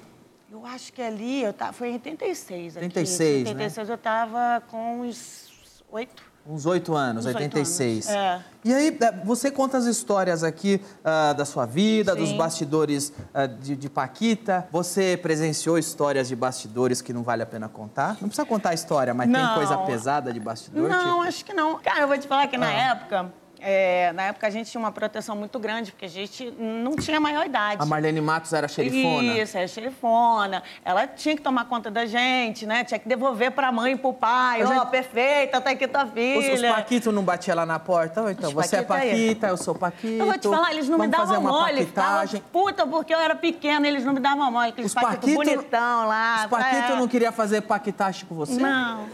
[SPEAKER 9] Eu acho que ali, eu tava, foi em 86. aqui.
[SPEAKER 3] 86, né?
[SPEAKER 9] 86 eu tava com uns oito.
[SPEAKER 3] Uns 8 anos,
[SPEAKER 9] Uns oito
[SPEAKER 3] 86.
[SPEAKER 9] anos, é.
[SPEAKER 3] E aí, é, você conta as histórias aqui ah, da sua vida, dos
[SPEAKER 9] Sim.
[SPEAKER 3] bastidores ah, de, de Paquita. Você presenciou histórias de bastidores que não vale a pena contar? Não precisa contar a história, mas tem
[SPEAKER 9] Não.
[SPEAKER 3] coisa pesada de bastidor?
[SPEAKER 9] Não,
[SPEAKER 3] tipo?
[SPEAKER 9] acho que não. Cara, eu vou te falar que na época, é, na época a gente tinha uma proteção muito grande, porque a gente não tinha maior idade.
[SPEAKER 3] A Marlene Matos era xerifona?
[SPEAKER 9] Isso, é xerifona. Ela tinha que tomar conta da gente, né? Tinha que devolver pra mãe e pro pai.
[SPEAKER 3] Eu
[SPEAKER 9] Ó,
[SPEAKER 3] já-
[SPEAKER 9] perfeita, tá aqui tua filha.
[SPEAKER 3] Os, os Paquito não batia lá na porta? Ou então,
[SPEAKER 9] Os
[SPEAKER 3] você é
[SPEAKER 9] Paquita tá aí.
[SPEAKER 3] Paquita, eu sou Paquito.
[SPEAKER 9] Eu vou te falar, eles não
[SPEAKER 3] vamos
[SPEAKER 9] me
[SPEAKER 3] fazer
[SPEAKER 9] davam
[SPEAKER 3] uma
[SPEAKER 9] mole. Ficavam
[SPEAKER 3] Paquitagem.
[SPEAKER 9] puta porque eu era pequena, eles não me davam mole. Aqueles
[SPEAKER 3] Os
[SPEAKER 9] paquito,
[SPEAKER 3] Paquito-
[SPEAKER 9] bonitão lá.
[SPEAKER 3] Os Paquito
[SPEAKER 9] é.
[SPEAKER 3] não queria fazer paquitache com você?
[SPEAKER 9] Não,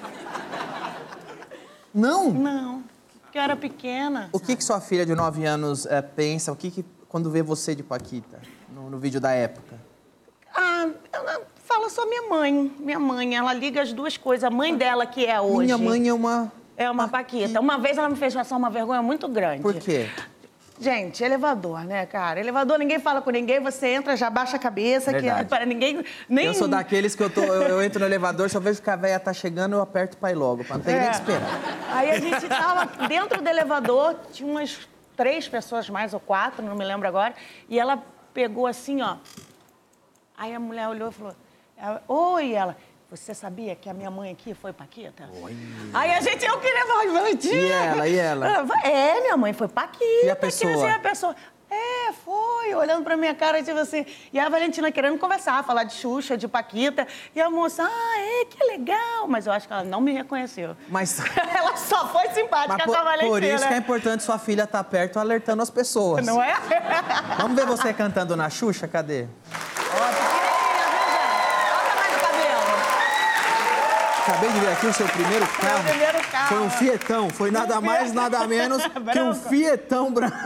[SPEAKER 3] Não?
[SPEAKER 9] não. Porque eu era pequena.
[SPEAKER 3] O que, que sua filha de 9 anos eh, pensa? O que, que quando vê você de Paquita no, no vídeo da época?
[SPEAKER 9] Ah, ela fala só minha mãe. Minha mãe, ela liga as duas coisas. A mãe dela, que é hoje.
[SPEAKER 3] Minha mãe é uma.
[SPEAKER 9] É uma paquita. Uma vez ela me fez passar uma vergonha muito grande.
[SPEAKER 3] Por quê?
[SPEAKER 9] Gente, elevador, né, cara? Elevador, ninguém fala com ninguém, você entra, já baixa a cabeça,
[SPEAKER 3] Verdade.
[SPEAKER 9] que para ninguém. Nem...
[SPEAKER 3] Eu sou daqueles que eu, tô, eu, eu entro no elevador, só vejo que a véia tá chegando, eu aperto pra ir logo, pra não ter nem
[SPEAKER 9] É.
[SPEAKER 3] que esperar.
[SPEAKER 9] Aí a gente tava dentro do elevador, tinha umas três pessoas mais ou quatro, não me lembro agora, e ela pegou assim, ó. Aí a mulher olhou e falou: ela, Oi, ela. Você sabia que a minha mãe aqui foi Paquita? Aí a gente, eu queria falar, Vandinha.
[SPEAKER 3] E ela, e ela?
[SPEAKER 9] É, minha mãe foi Paquita.
[SPEAKER 3] E a
[SPEAKER 9] que não sei
[SPEAKER 3] pessoa?
[SPEAKER 9] a pessoa. É, foi, olhando pra minha cara, tipo assim. E a Valentina querendo conversar, falar de Xuxa, de Paquita. E a moça, ah, é, que legal. Mas eu acho que ela não me reconheceu.
[SPEAKER 3] Mas,
[SPEAKER 9] Ela só foi simpática
[SPEAKER 3] mas
[SPEAKER 9] com a
[SPEAKER 3] por,
[SPEAKER 9] Valentina.
[SPEAKER 3] por isso que é importante sua filha estar tá perto alertando as pessoas.
[SPEAKER 9] Não é?
[SPEAKER 3] Vamos ver você cantando na Xuxa? Cadê? Acabei de ver aqui o seu primeiro carro.
[SPEAKER 9] primeiro carro.
[SPEAKER 3] Foi um Fietão. Foi nada mais, nada menos que um
[SPEAKER 9] Branco.
[SPEAKER 3] Fietão branco.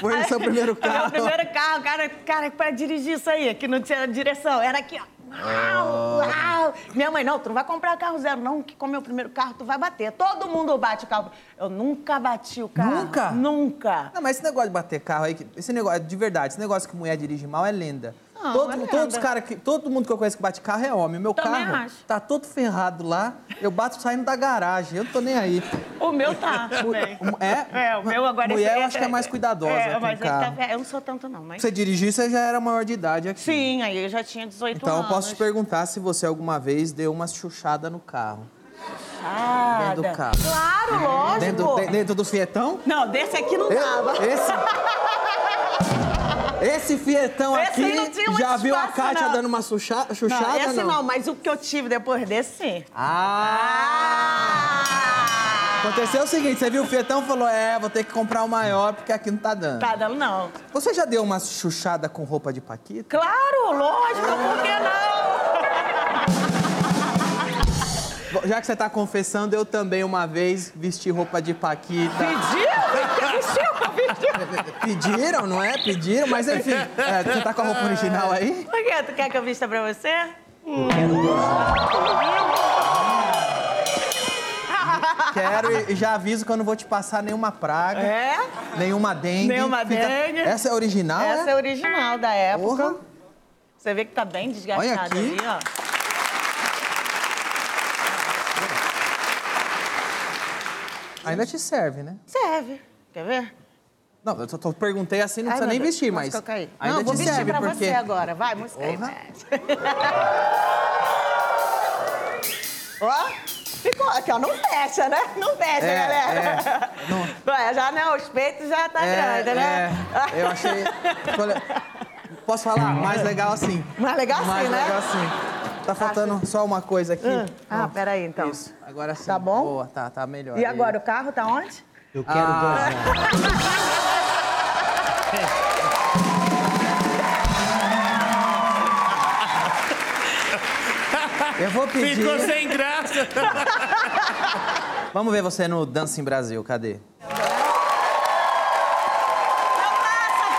[SPEAKER 3] Foi o seu primeiro
[SPEAKER 9] Era
[SPEAKER 3] carro.
[SPEAKER 9] o primeiro carro, cara, cara, pra dirigir isso aí, que não tinha direção. Era aqui, ó. Uau, uau. Minha mãe, não, tu não vai comprar carro zero, não, que como é o primeiro carro, tu vai bater. Todo mundo bate o carro. Eu nunca bati o carro.
[SPEAKER 3] Nunca?
[SPEAKER 9] Nunca.
[SPEAKER 3] Não, mas esse negócio de bater carro aí, que- esse negócio, de verdade, esse negócio que mulher dirige mal é lenda.
[SPEAKER 9] Não,
[SPEAKER 3] todo,
[SPEAKER 9] é lenda.
[SPEAKER 3] Todos os cara que, todo mundo que eu conheço que bate carro é homem. O meu
[SPEAKER 9] Também
[SPEAKER 3] carro
[SPEAKER 9] acho.
[SPEAKER 3] tá todo ferrado lá, eu bato saindo da garagem, eu não tô nem aí.
[SPEAKER 9] O meu tá também.
[SPEAKER 3] É?
[SPEAKER 9] É, o meu agora...
[SPEAKER 3] Mulher,
[SPEAKER 9] esse-
[SPEAKER 3] eu acho que é mais cuidadosa com o
[SPEAKER 9] mas
[SPEAKER 3] carro.
[SPEAKER 9] ele tá- é, eu não sou tanto, não, mas...
[SPEAKER 3] Você dirigir, você já era maior de idade aqui.
[SPEAKER 9] Sim, aí eu já tinha 18
[SPEAKER 3] Então
[SPEAKER 9] anos.
[SPEAKER 3] eu posso te perguntar se você alguma vez deu uma chuchada no carro.
[SPEAKER 9] Ah,
[SPEAKER 3] Dentro do carro.
[SPEAKER 9] Claro, lógico.
[SPEAKER 3] Dentro, do- de- dentro do Fietão?
[SPEAKER 9] Não, desse aqui não dava.
[SPEAKER 3] Esse, esse Fietão
[SPEAKER 9] Esse aí
[SPEAKER 3] aqui
[SPEAKER 9] não tinha muito
[SPEAKER 3] já viu a
[SPEAKER 9] espaço,
[SPEAKER 3] Kátia
[SPEAKER 9] não.
[SPEAKER 3] dando uma chucha- chuchada?
[SPEAKER 9] não, esse não. mas o que eu tive depois desse, sim.
[SPEAKER 3] Ah! Aconteceu o seguinte, você viu o Fietão e falou, é, vou ter que comprar o maior porque aqui não tá dando.
[SPEAKER 9] Tá dando, não.
[SPEAKER 3] Você já deu uma chuchada com roupa de paquita?
[SPEAKER 9] Claro, lógico, por que
[SPEAKER 3] Bom, Já que você tá confessando, eu também uma vez vesti roupa de paquita.
[SPEAKER 9] não? Pediu?
[SPEAKER 3] Pediram, não é? Pediram, mas enfim, é, você tá com a roupa original aí?
[SPEAKER 9] Por quê? Tu quer que eu vista pra você?
[SPEAKER 3] Quero e- e já aviso que eu não vou te passar nenhuma praga.
[SPEAKER 9] É?
[SPEAKER 3] Nenhuma dengue.
[SPEAKER 9] Nenhuma dengue.
[SPEAKER 3] Essa é original,
[SPEAKER 9] Essa é
[SPEAKER 3] é?
[SPEAKER 9] original da época.
[SPEAKER 3] Porra.
[SPEAKER 9] Você vê que tá bem
[SPEAKER 3] Olha
[SPEAKER 9] desgastada
[SPEAKER 3] aqui.
[SPEAKER 9] ali, ó.
[SPEAKER 3] Ainda te serve, né?
[SPEAKER 9] Serve. Quer ver?
[SPEAKER 3] Não, eu só, só perguntei assim, não
[SPEAKER 9] Ai,
[SPEAKER 3] precisa
[SPEAKER 9] meu
[SPEAKER 3] nem
[SPEAKER 9] Deus,
[SPEAKER 3] vestir,
[SPEAKER 9] quase
[SPEAKER 3] mas
[SPEAKER 9] que eu caí.
[SPEAKER 3] ainda
[SPEAKER 9] Não, vou
[SPEAKER 3] te
[SPEAKER 9] vestir
[SPEAKER 3] serve,
[SPEAKER 9] pra
[SPEAKER 3] porque...
[SPEAKER 9] você agora. Vai, música aí,
[SPEAKER 3] Porra.
[SPEAKER 9] Pet. Ó, ficou aqui, ó. Não fecha, né? Não fecha,
[SPEAKER 3] É,
[SPEAKER 9] galera. Ué, já, né? Os peitos já tá
[SPEAKER 3] É,
[SPEAKER 9] grande, né?
[SPEAKER 3] é, eu achei... ficou le- Posso falar? Mais legal assim.
[SPEAKER 9] Mais legal assim,
[SPEAKER 3] Mais
[SPEAKER 9] né?
[SPEAKER 3] legal assim. Tá faltando só uma coisa aqui.
[SPEAKER 9] Hum. Ah, peraí, então.
[SPEAKER 3] Isso, agora sim. Tá bom? Boa, tá, tá melhor.
[SPEAKER 9] E agora, o carro tá onde?
[SPEAKER 3] Eu
[SPEAKER 9] quero
[SPEAKER 3] né? ah, Eu vou pedir.
[SPEAKER 7] Ficou sem graça.
[SPEAKER 3] Vamos ver você no Dança em Brasil, cadê?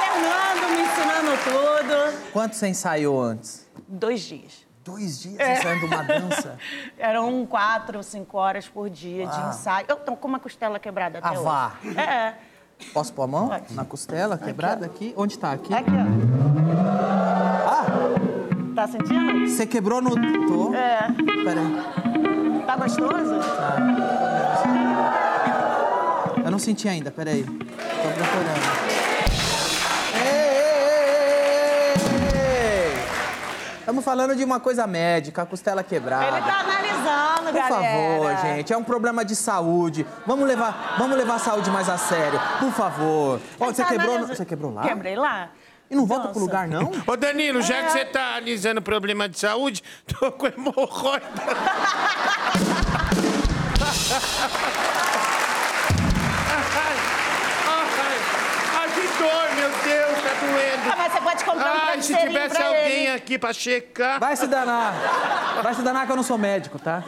[SPEAKER 9] Fernando me ensinando tudo.
[SPEAKER 3] Quanto você ensaiou antes?
[SPEAKER 9] Dois dias.
[SPEAKER 3] Dois dias
[SPEAKER 9] É.
[SPEAKER 3] ensaiando uma dança?
[SPEAKER 9] Eram quatro ou cinco horas por dia de
[SPEAKER 3] Ah.
[SPEAKER 9] ensaio. Eu tô com uma costela quebrada até
[SPEAKER 3] Ah, vá.
[SPEAKER 9] hoje. É.
[SPEAKER 3] Posso pôr a mão? Na costela, quebrada aqui? Onde tá? Aqui? Aqui,
[SPEAKER 9] É ó. Tá sentindo?
[SPEAKER 3] Você quebrou no... Tô.
[SPEAKER 9] É.
[SPEAKER 3] Peraí.
[SPEAKER 9] Tá gostoso?
[SPEAKER 3] Eu não senti ainda, peraí. Tô procurando. Estamos falando de uma coisa médica, a costela quebrada.
[SPEAKER 9] Ele tá analisando,
[SPEAKER 3] Ah. Por
[SPEAKER 9] galera.
[SPEAKER 3] favor, gente, é um problema de saúde. Vamos levar, vamos levar a saúde mais a sério, por favor. Ó, você
[SPEAKER 9] Tá
[SPEAKER 3] quebrou,
[SPEAKER 9] analisando.
[SPEAKER 3] você quebrou lá?
[SPEAKER 9] Quebrei lá.
[SPEAKER 3] E não volta pro lugar não?
[SPEAKER 7] Ô, Danilo, já
[SPEAKER 9] É.
[SPEAKER 7] que você tá analisando problema de saúde, tô com hemorroida. Ai, ai, que dor, meu Deus, tá doendo.
[SPEAKER 9] Ah, mas você pode comprar um
[SPEAKER 7] Ai, se
[SPEAKER 9] travesseirinho
[SPEAKER 7] tivesse
[SPEAKER 9] pra
[SPEAKER 7] alguém
[SPEAKER 9] ele.
[SPEAKER 7] aqui pra checar.
[SPEAKER 3] Vai se danar. Vai se danar que eu não sou médico, tá?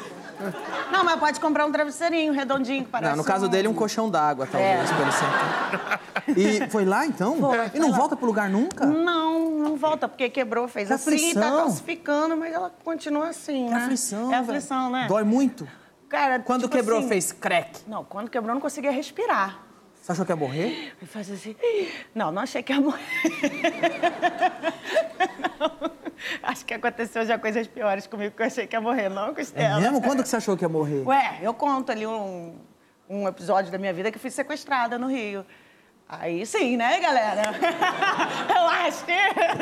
[SPEAKER 9] Não, mas pode comprar um travesseirinho redondinho que parece.
[SPEAKER 3] Não, no caso
[SPEAKER 9] um-
[SPEAKER 3] dele, um colchão d'água, talvez,
[SPEAKER 9] É.
[SPEAKER 3] pra ele sentar. E foi lá, então? e não volta pro lugar nunca?
[SPEAKER 9] Não, não volta, porque quebrou, fez
[SPEAKER 3] Que
[SPEAKER 9] assim, tá
[SPEAKER 3] É aflição.
[SPEAKER 9] calcificando, mas ela continua assim, né?
[SPEAKER 3] aflição,
[SPEAKER 9] É aflição, né?
[SPEAKER 3] Dói muito?
[SPEAKER 9] Cara,
[SPEAKER 3] Quando
[SPEAKER 9] tipo
[SPEAKER 3] quebrou,
[SPEAKER 9] assim-
[SPEAKER 3] fez crack.
[SPEAKER 9] Não, quando quebrou, eu não conseguia respirar.
[SPEAKER 3] Você achou que ia morrer?
[SPEAKER 9] Eu fazia assim. Não, não achei que ia morrer. Não. Acho que aconteceu já coisas piores comigo que eu achei que ia morrer, não,
[SPEAKER 3] É
[SPEAKER 9] Costela.
[SPEAKER 3] mesmo? Quando que você achou que ia morrer?
[SPEAKER 9] Ué, eu conto ali um, um episódio da minha vida que eu fui sequestrada no Rio. Aí sim, né, galera? eu acho que.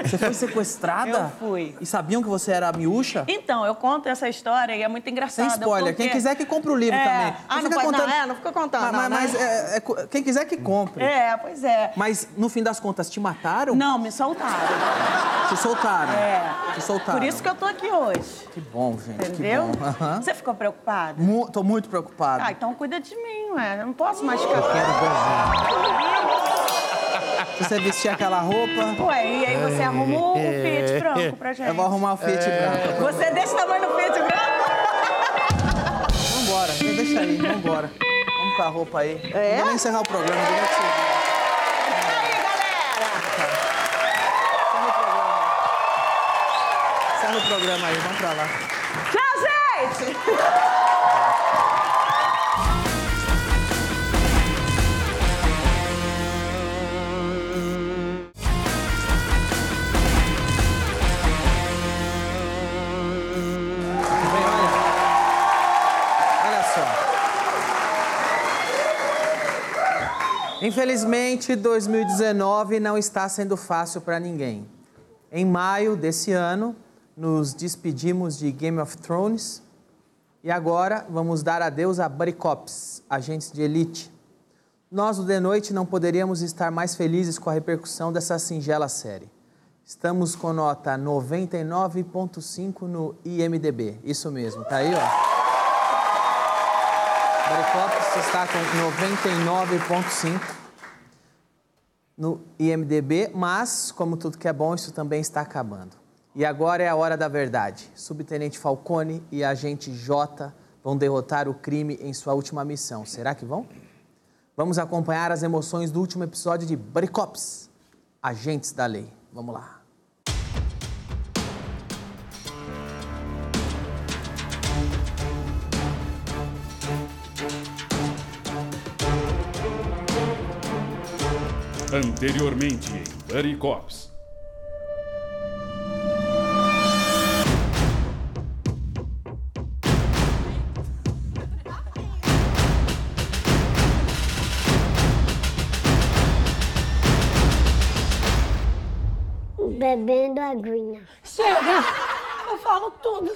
[SPEAKER 3] Você foi sequestrada?
[SPEAKER 9] Eu fui.
[SPEAKER 3] E sabiam que você era miúcha?
[SPEAKER 9] Então, eu conto essa história e é muito
[SPEAKER 3] Sem
[SPEAKER 9] engraçada.
[SPEAKER 3] spoiler.
[SPEAKER 9] porque-
[SPEAKER 3] Quem quiser que compre o livro
[SPEAKER 9] É.
[SPEAKER 3] também.
[SPEAKER 9] Ah, não,
[SPEAKER 3] fica
[SPEAKER 9] pode,
[SPEAKER 3] contando-
[SPEAKER 9] não, é, não fica contando.
[SPEAKER 3] Mas, mas-
[SPEAKER 9] não,
[SPEAKER 3] mas,
[SPEAKER 9] né?
[SPEAKER 3] é, é, co- quem quiser que compre.
[SPEAKER 9] É, pois é.
[SPEAKER 3] Mas no fim das contas, te mataram?
[SPEAKER 9] Não, me soltaram.
[SPEAKER 3] Te soltaram.
[SPEAKER 9] É.
[SPEAKER 3] Te soltaram.
[SPEAKER 9] Por isso que eu tô aqui hoje.
[SPEAKER 3] Que bom, gente.
[SPEAKER 9] Entendeu?
[SPEAKER 3] Que bom. Aham.
[SPEAKER 9] Você ficou preocupada?
[SPEAKER 3] Mu- tô muito preocupado.
[SPEAKER 9] Ah, então cuida de mim, ué. Eu não posso mais ficar.
[SPEAKER 3] Se você vestir aquela roupa.
[SPEAKER 9] Ué, e aí você arrumou um Fiat branco pra gente.
[SPEAKER 3] É. Eu vou arrumar o Fiat branco.
[SPEAKER 9] Você é desse tamanho no Fiat branco?
[SPEAKER 3] Vambora, deixa aí, vambora. Vamos com a roupa aí. É? Vamos encerrar o programa. do jeito que você- Encerra o programa aí, vamos pra lá.
[SPEAKER 9] Tchau, gente!
[SPEAKER 3] Olha só. Infelizmente, 2019 não está sendo fácil para ninguém. Em maio desse ano, nos despedimos de Game of Thrones e agora vamos dar adeus a Buddy Cops, agentes de elite. Nós, do The Noite, não poderíamos estar mais felizes com a repercussão dessa singela série. Estamos com nota 99.5 no IMDB. Isso mesmo, tá aí, ó. Maricops está com 99,5 no IMDB, mas, como tudo que é bom, isso também está acabando. E agora é a hora da verdade. Subtenente Falcone e agente J vão derrotar o crime em sua última missão. Será que vão? Vamos acompanhar as emoções do último episódio de Bricops, Agentes da Lei. Vamos lá.
[SPEAKER 18] Anteriormente em Buddy Cops.
[SPEAKER 2] Bebendo aguinha.
[SPEAKER 16] Chega! Eu falo tudo.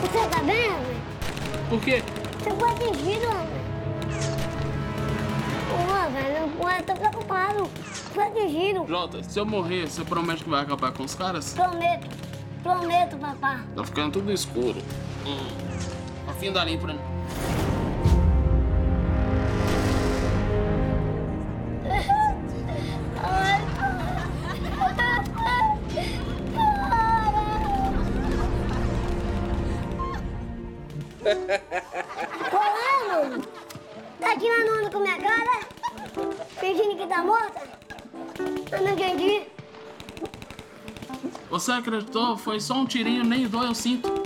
[SPEAKER 2] Você tá bem, Ana?
[SPEAKER 19] Por quê?
[SPEAKER 2] Você pode ir, Ana? Ô, velho, eu tô preocupado. Pode ir,
[SPEAKER 7] Jota, se eu morrer, você promete que vai acabar com os caras?
[SPEAKER 2] Prometo. Prometo, papá.
[SPEAKER 7] Tá ficando tudo escuro. Hum. Afim da linha pra mim.
[SPEAKER 2] Colando! é, Tá aqui na nona com minha cara? Fingindo que tá morta? Eu não entendi.
[SPEAKER 7] Você acreditou? Foi só um tirinho, nem doeu, eu sinto.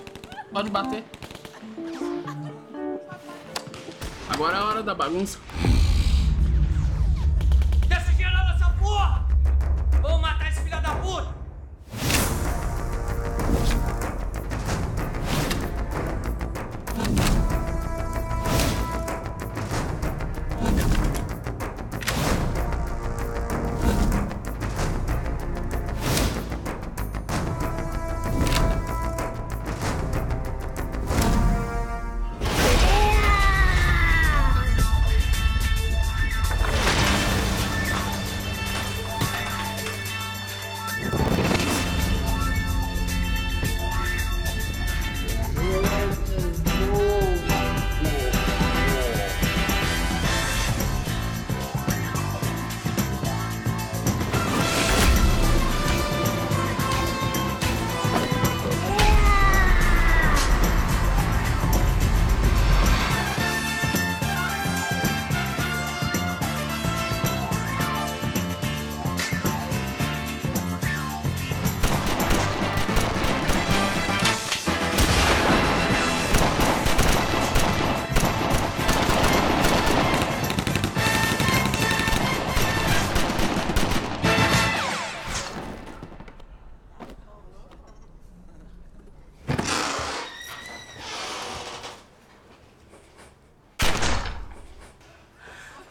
[SPEAKER 7] Pode bater. Agora é a hora da bagunça.
[SPEAKER 5] Desce geral nessa porra! Vamos matar esse filho da puta!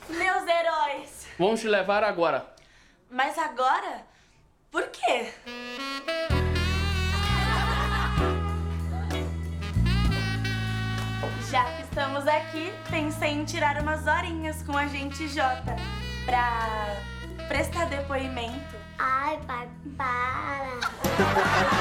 [SPEAKER 16] Meus heróis.
[SPEAKER 7] Vão te levar agora.
[SPEAKER 16] Mas agora? Por quê? Já que estamos aqui, pensei em tirar umas horinhas com a gente Jota pra prestar depoimento.
[SPEAKER 2] Ai, pai, para.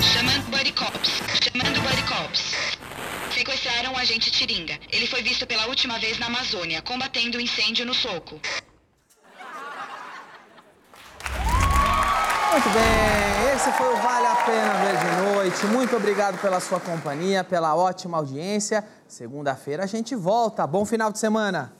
[SPEAKER 9] Chamando Buddy Cops. Chamando Buddy Cops. Sequestraram o agente Tiringa. Ele foi visto pela última vez na Amazônia, combatendo o incêndio no soco.
[SPEAKER 3] Muito bem, esse foi o Vale a Pena Ver de Noite. Muito obrigado pela sua companhia, pela ótima audiência. Segunda-feira a gente volta. Bom final de semana.